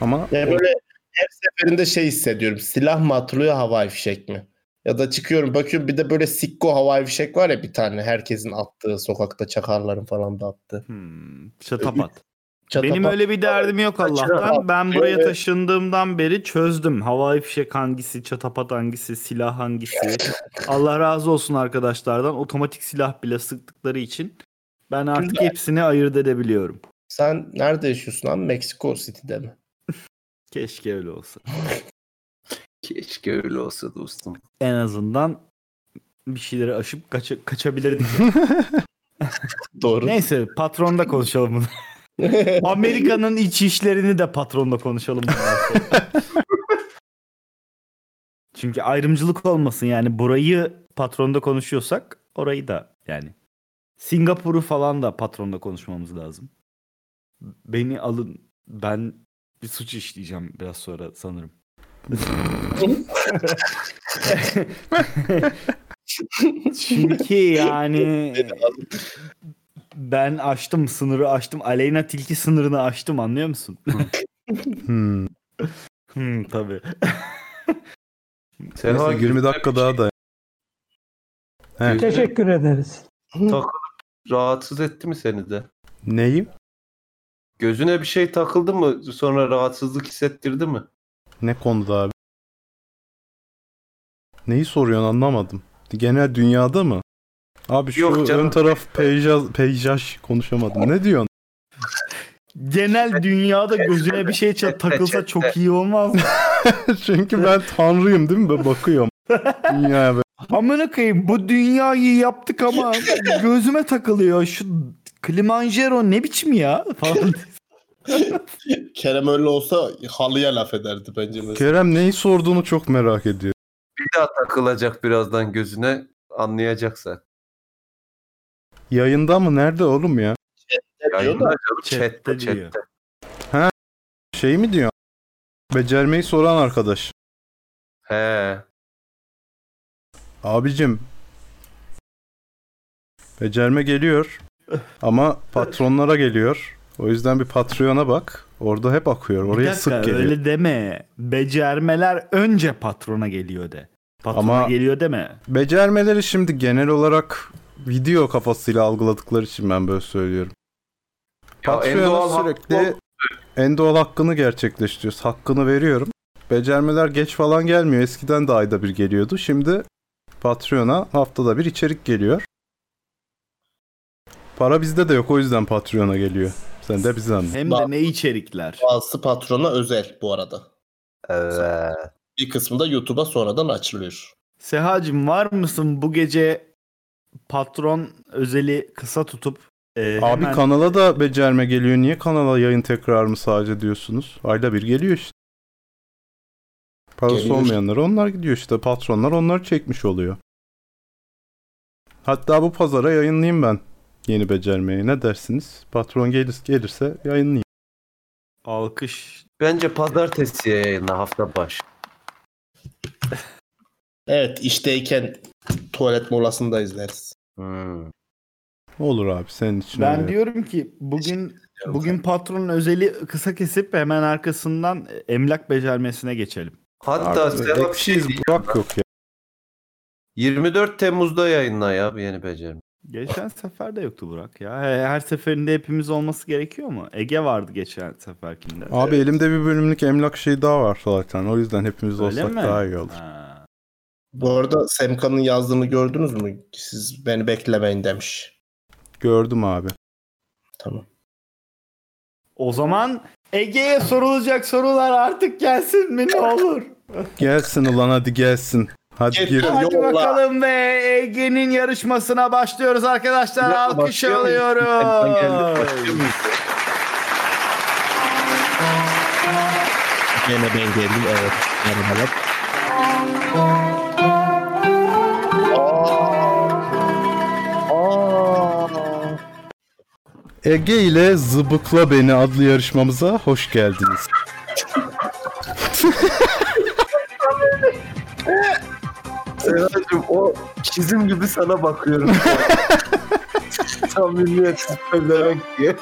Ama
Yani böyle her seferinde şey hissediyorum. Silah mı atılıyor havai fişek mi? Ya da çıkıyorum bakıyorum bir de böyle sikko havai fişek var ya bir tane herkesin attığı sokakta çakarların falan da attığı.
Hmm, çatapat.
Çatapat-
Benim öyle bir derdim yok Allah'tan. Ben buraya taşındığımdan beri çözdüm. Havai fişek hangisi, çatapat hangisi, silah hangisi. Allah razı olsun arkadaşlardan. Otomatik silah bile sıktıkları için ben artık hepsini ayırt edebiliyorum.
Sen nerede yaşıyorsun abi? Meksiko City'de mi?
Keşke öyle olsa.
Keşke öyle olsa dostum.
En azından bir şeyleri aşıp kaça- kaçabilirdik.
Doğru.
Neyse patronda konuşalım bunu. Amerika'nın iç işlerini de patronla konuşalım. bundan sonra. Çünkü ayrımcılık olmasın yani burayı patronda konuşuyorsak orayı da yani. Singapur'u falan da patronda konuşmamız lazım. Beni alın ben bir suç işleyeceğim biraz sonra sanırım. <laughs> Çünkü yani ben aştım sınırı aştım. Aleyna Tilki sınırını aştım anlıyor musun?
hmm.
Hmm, tabii.
Neyse, 20
şey.
dakika daha da. He.
Teşekkür ederiz.
Rahatsız etti mi seni de?
Neyim?
Gözüne bir şey takıldı mı? Sonra rahatsızlık hissettirdi mi?
Ne konuda abi? Neyi soruyorsun anlamadım. Genel dünyada mı? Abi şu
Yok canım.
ön taraf peyzaj, peyzaj konuşamadım. Ne diyorsun? <laughs>
Genel dünyada gözüne bir şey ça- takılsa çok iyi olmaz mı?
Çünkü ben tanrıyım değil mi? Böyle
<laughs>
bakıyorum. Dünyaya böyle.
Amına koyayım bu dünyayı yaptık ama gözüme takılıyor. Şu Kilimanjaro ne biçim ya? Falan.
<laughs> Kerem öyle olsa halıya laf ederdi bence mesela.
Kerem neyi sorduğunu çok merak ediyor.
Bir daha takılacak birazdan gözüne anlayacaksa.
Yayında mı? Nerede oğlum ya?
Diyor
Yayında
da,
canım, chatte
Chatte diyor.
chatte.
Şey mi diyor? Becermeyi soran arkadaş.
He.
Abicim. Becerme geliyor. Ama patronlara geliyor. O yüzden bir Patreon'a bak. Orada hep akıyor.
Bir
Oraya
dakika,
sık geliyor.
Öyle deme. Becermeler önce patrona geliyor de. Patrona
Ama-
geliyor deme.
Becermeleri şimdi genel olarak video kafasıyla algıladıkları için ben böyle söylüyorum.
Ya en doğal
Patreon'a
hakkı
sürekli en doğal hakkını gerçekleştiriyoruz. Hakkını veriyorum. Becermeler geç falan gelmiyor. Eskiden de ayda bir geliyordu. Şimdi Patreon'a haftada bir içerik geliyor. Para bizde de yok o yüzden Patreon'a geliyor. Sen de bizden.
Hem de ne içerikler.
Bazısı patrona özel bu arada.
Evet.
Bir kısmı da YouTube'a sonradan açılıyor.
Sehacım var mısın bu gece patron özeli kısa tutup e,
Abi
hemen-
kanala da becerme geliyor. Niye kanala yayın tekrar mı sadece diyorsunuz? Ayda bir geliyor işte. Parası
Geliyor işte.
olmayanlara onlar gidiyor işte. Patronlar onları çekmiş oluyor. Hatta bu pazara yayınlayayım ben yeni becermeyi. Ne dersiniz? Patron gelir, gelirse yayınlayayım.
alkış
Bence pazartesiye yayınla hafta başı.
Evet işteyken tuvalet molasında izleriz.
Hmm.
Olur abi senin için.
Ben
öyle.
diyorum ki bugün Bugün patronun özeli kısa kesip hemen arkasından emlak becermesine geçelim.
Hatta
Artık
Serap bir şey
eksiz
diyeyim.
bırak yok ya.
24 Temmuz'da yayınla ya bu yeni becerim.
Geçen sefer de yoktu Burak ya. He- Her seferinde hepimiz olması gerekiyor mu? Ege vardı geçen seferkinde.
Abi elimde bir bölümlük emlak şeyi daha var zaten. O yüzden hepimiz
Öyle
olsak
mi?
daha iyi olur.
Ha.
Bu arada Semkan'ın yazdığını gördünüz mü? Siz beni beklemeyin demiş.
Gördüm abi.
Tamam.
O zaman Ege'ye sorulacak sorular artık gelsin mi ne olur?
Gelsin ulan hadi gelsin. Hadi
Gel-
gir.
Hadi
Yolla.
bakalım ve Ege'nin yarışmasına başlıyoruz arkadaşlar.
Ya,
Alkış
başlıyor muyuz? Ben geldim, başlıyor
alıyoruz.
muyuz?
Yine ben geldim evet. Merhabalar.
Ege ile Zıbıkla Beni adlı yarışmamıza hoş geldiniz.
Serap'cığım o çizim gibi sana bakıyorum. Samimiyet demek diye.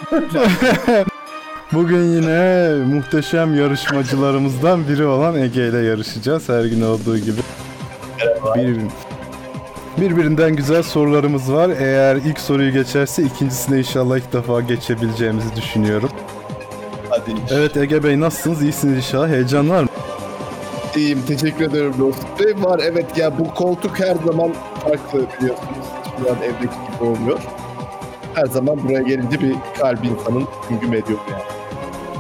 Bugün yine muhteşem yarışmacılarımızdan biri olan Ege ile yarışacağız her gün olduğu gibi. Bir, birbirinden güzel sorularımız var. Eğer ilk soruyu geçerse ikincisine inşallah ilk defa geçebileceğimizi düşünüyorum.
Hadi.
Evet Ege Bey nasılsınız? İyisiniz inşallah. Heyecan var mı?
İyiyim teşekkür ederim dostum. Ve var evet ya bu koltuk her zaman farklı biliyorsunuz. Şu an evdeki gibi olmuyor. Her zaman buraya gelince bir kalbi insanın güngüm ediyor yani.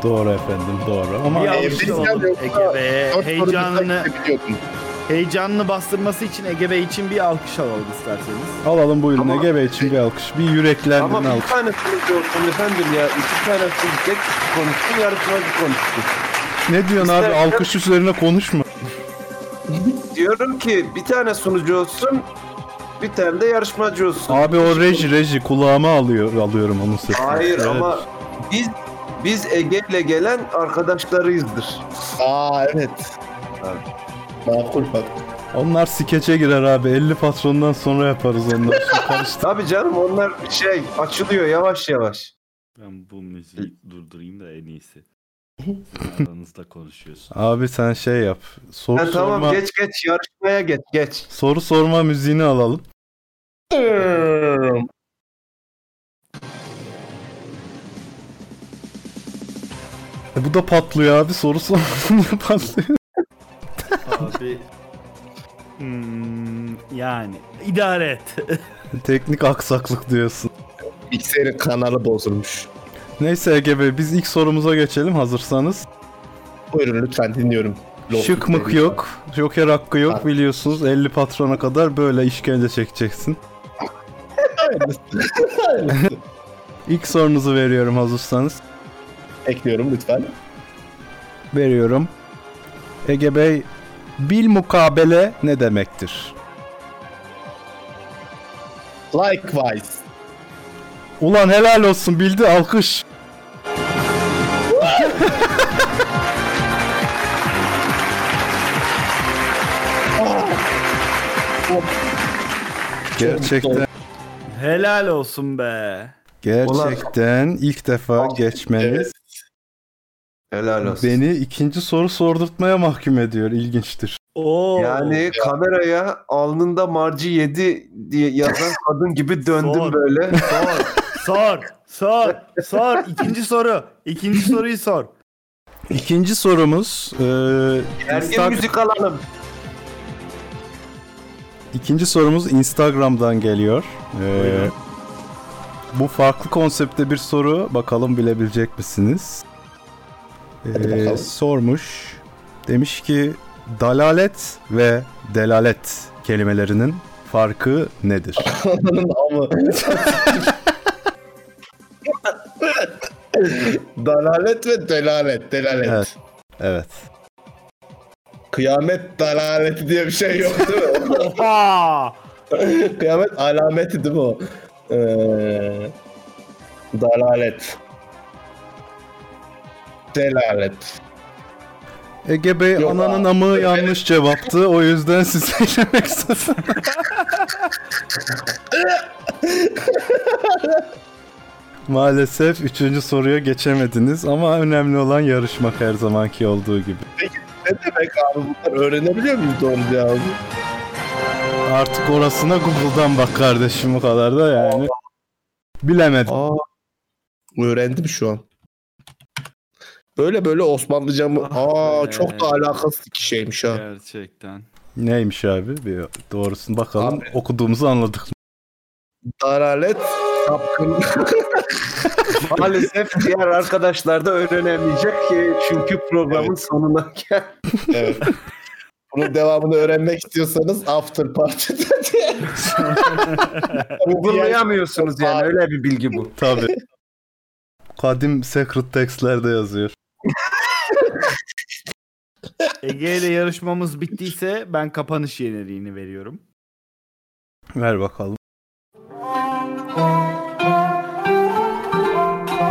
Doğru efendim doğru. Ama
Bir
evdeyiz
alkış da
yani,
olur Ege
yoksa
Bey'e.
Dört soru
Heyecanını,
bilsek de biliyordum.
heyecanını bastırması için Ege Bey için bir alkış alalım isterseniz.
alalım buyurun
Ama-
Ege Bey için bir alkış. Bir yüreklendirin
Ama bir
alkış.
tanesini diyorsun efendim ya. iki tanesini tek konuştun yarışmacı konuştu.
Ne diyorsun abi?
İstersen-
Alkış üzerine konuşma.
Diyorum ki bir tane sunucu olsun bir tane de yarışmacı olsun.
Abi o reji reji kulağıma alıyor alıyorum onun sesini.
Hayır
Evet.
ama biz biz Ege ile gelen arkadaşlarıyızdır.
Aa evet. Makul bak.
Onlar skeçe girer abi. 50 patrondan sonra yaparız onları. Şimdi <laughs> karıştı.
Tabii canım onlar şey açılıyor yavaş yavaş.
Ben bu müziği durdurayım da en iyisi. Sizin aranızda konuşuyorsun.
Abi sen şey yap. Soru
Ha,
sorma.
tamam geç geç yarışmaya geç geç.
Soru sorma müziğini alalım. Hmm. E bu da patlıyor abi. Soru <laughs> sorma patlıyor.
Abi hmm, yani idare et. <laughs>
Teknik aksaklık diyorsun.
Mikserin kanalı bozulmuş.
Neyse Ege Bey biz ilk sorumuza geçelim hazırsanız.
Buyurun lütfen dinliyorum. Loftus
Şık mık
Bey.
yok. Joker hakkı yok
Ha.
biliyorsunuz. 50 patrona kadar böyle işkence çekeceksin. İlk sorunuzu veriyorum hazırsanız.
Ekliyorum lütfen.
veriyorum. Ege Bey, bil mukabele ne demektir?
Likewise.
Ulan helal olsun bildi alkış. Gerçekten
Helal olsun be.
gerçekten ilk defa
Ulan-
geçmeniz
Evet.
Helal olsun.
beni ikinci soru sordurtmaya mahkum ediyor. İlginçtir.
Oo.
Yani kameraya alnında marci 7 diye yazan kadın gibi döndüm
Zor.
böyle.
<laughs>
sor, <laughs> sor, sor, sor. İkinci soru. İkinci soruyu sor.
İkinci sorumuz e,
Ergen
Instagram-
müzik alalım.
İkinci sorumuz Instagram'dan geliyor. Ee,
Buyurun.
bu farklı konsepte bir soru. Bakalım bilebilecek misiniz? E,
Hadi bakalım.
sormuş. Demiş ki dalalet ve delalet kelimelerinin farkı nedir?
Ananın amı. dalalet ve delalet. Delalet.
Evet. Evet.
Kıyamet dalaleti diye bir şey yok değil mi? <laughs>
Oha.
Kıyamet alameti değil mi o? Ee, dalalet. Delalet.
Ege Bey
Yok
ananın
abi.
amı yanlış cevaptı. O yüzden <laughs> siz elemek istedim. <laughs> Maalesef üçüncü soruya geçemediniz ama önemli olan yarışmak her zamanki olduğu gibi.
Ne demek abi bunlar öğrenebiliyor muyuz doğru cevabı?
Artık orasına Google'dan bak kardeşim o kadar da yani. Bilemedim.
Aa, öğrendim şu an. Böyle böyle Osmanlıca mı?
Ah
Aa
be.
çok da alakasız iki şeymiş ha.
Gerçekten.
Neymiş abi? Bir doğrusunu bakalım okuduğumuzu anladık mı?
Daralet, sapkın.
Maalesef diğer arkadaşlar da öğrenemeyecek ki çünkü programın
Evet.
sonuna geldi.
evet. <laughs> Bunun devamını öğrenmek istiyorsanız after party'de <laughs> diye.
Google'layamıyorsunuz yani öyle bir bilgi bu.
Tabii. Kadim secret textlerde yazıyor.
Ege ile yarışmamız bittiyse ben kapanış yeneriğini veriyorum.
Ver bakalım.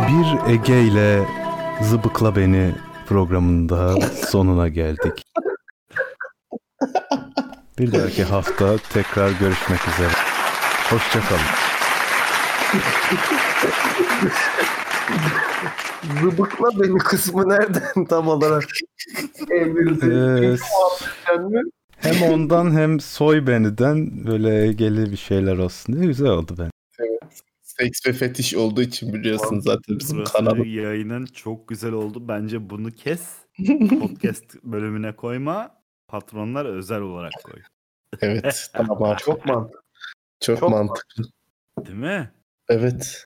Bir Ege ile Zıbıkla Beni
<laughs>
programında sonuna geldik. Bir dahaki hafta tekrar görüşmek üzere. Hoşçakalın.
Rıbıkla beni kısmı nereden <laughs> tam olarak? Ee, Emrildi.
Ee, hem ondan hem Soy Beni'den böyle Ege'li bir şeyler olsun diye güzel oldu ben.
Seks ve fetiş olduğu için biliyorsun zaten bizim
Burası
kanalı.
yayının çok güzel oldu. Bence
<laughs>
bunu kes. Podcast bölümüne koyma. Patronlar özel olarak koy. <laughs>
Evet. Tamam abi. Çok,
Çok mantıklı.
çok,
çok
mantıklı.
Değil mi?
Evet.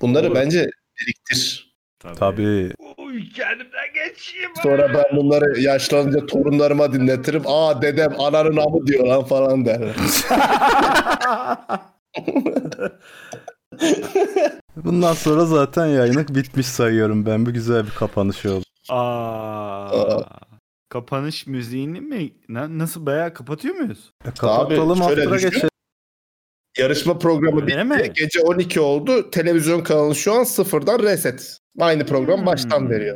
Bunları
Olur.
bence biriktir.
Tabii. <laughs>
Tabii
Uy kendimden geçeyim.
Sonra ben bunları yaşlanınca torunlarıma dinletirim. Aa dedem ananın amı diyor lan falan derler.
bundan sonra zaten yayını bitmiş sayıyorum ben. Bu güzel bir kapanış oldu.
Aa. Kapanış müziğini mi? Na- Nasıl bayağı kapatıyor muyuz?
E, kapatalım
şöyle
haftaya
düşün.
geçelim.
Yarışma programı
Öyle
bitti.
mi?
Gece 12 oldu. Televizyon kanalı şu an sıfırdan reset. Aynı program baştan
Hmm.
veriyor.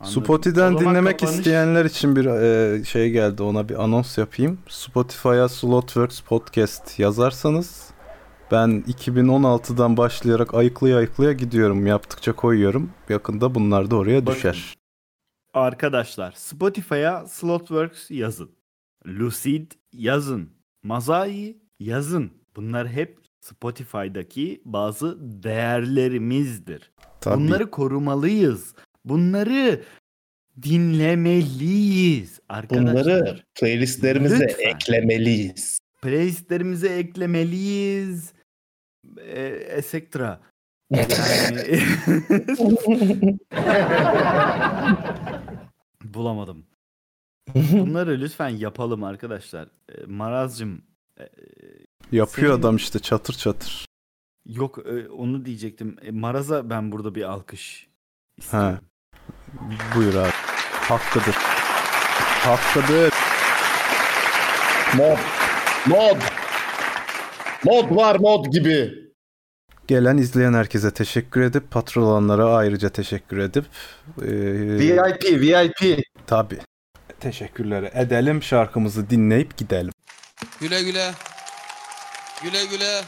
Anladım. O
Spotify'den
zaman
dinlemek
kapanış-
isteyenler için bir e, şey geldi ona bir anons yapayım. Spotify'a Slotworks Podcast yazarsanız ben 2016'dan başlayarak ayıklaya ayıklaya gidiyorum. Yaptıkça koyuyorum. Yakında bunlar da oraya
Bakın.
düşer.
Arkadaşlar Spotify'a Slotworks yazın. Lucid yazın. Mazai yazın. Bunlar hep Spotify'daki bazı değerlerimizdir.
Tabii.
Bunları korumalıyız. Bunları dinlemeliyiz arkadaşlar.
Bunları playlistlerimize
Lütfen.
eklemeliyiz.
playlistlerimize eklemeliyiz. E, Esektra. Yani... <laughs> Bulamadım. Bunları lütfen yapalım arkadaşlar. E, Marazcım e,
Yapıyor
Senin-
adam işte çatır çatır.
yok e, onu diyecektim. E, Maraz'a ben burada bir alkış istiyorum.
Ha. Buyur abi. Hakkıdır. Hakkıdır.
Mod. Mod. Mod var mod gibi.
Gelen izleyen herkese teşekkür edip patrol olanlara ayrıca teşekkür edip e,
VIP, VIP.
Tabii. Teşekkürler edelim şarkımızı dinleyip gidelim.
Güle güle. Güle güle.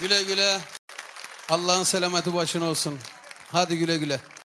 Güle güle. Allah'ın selameti başına olsun. Hadi güle güle.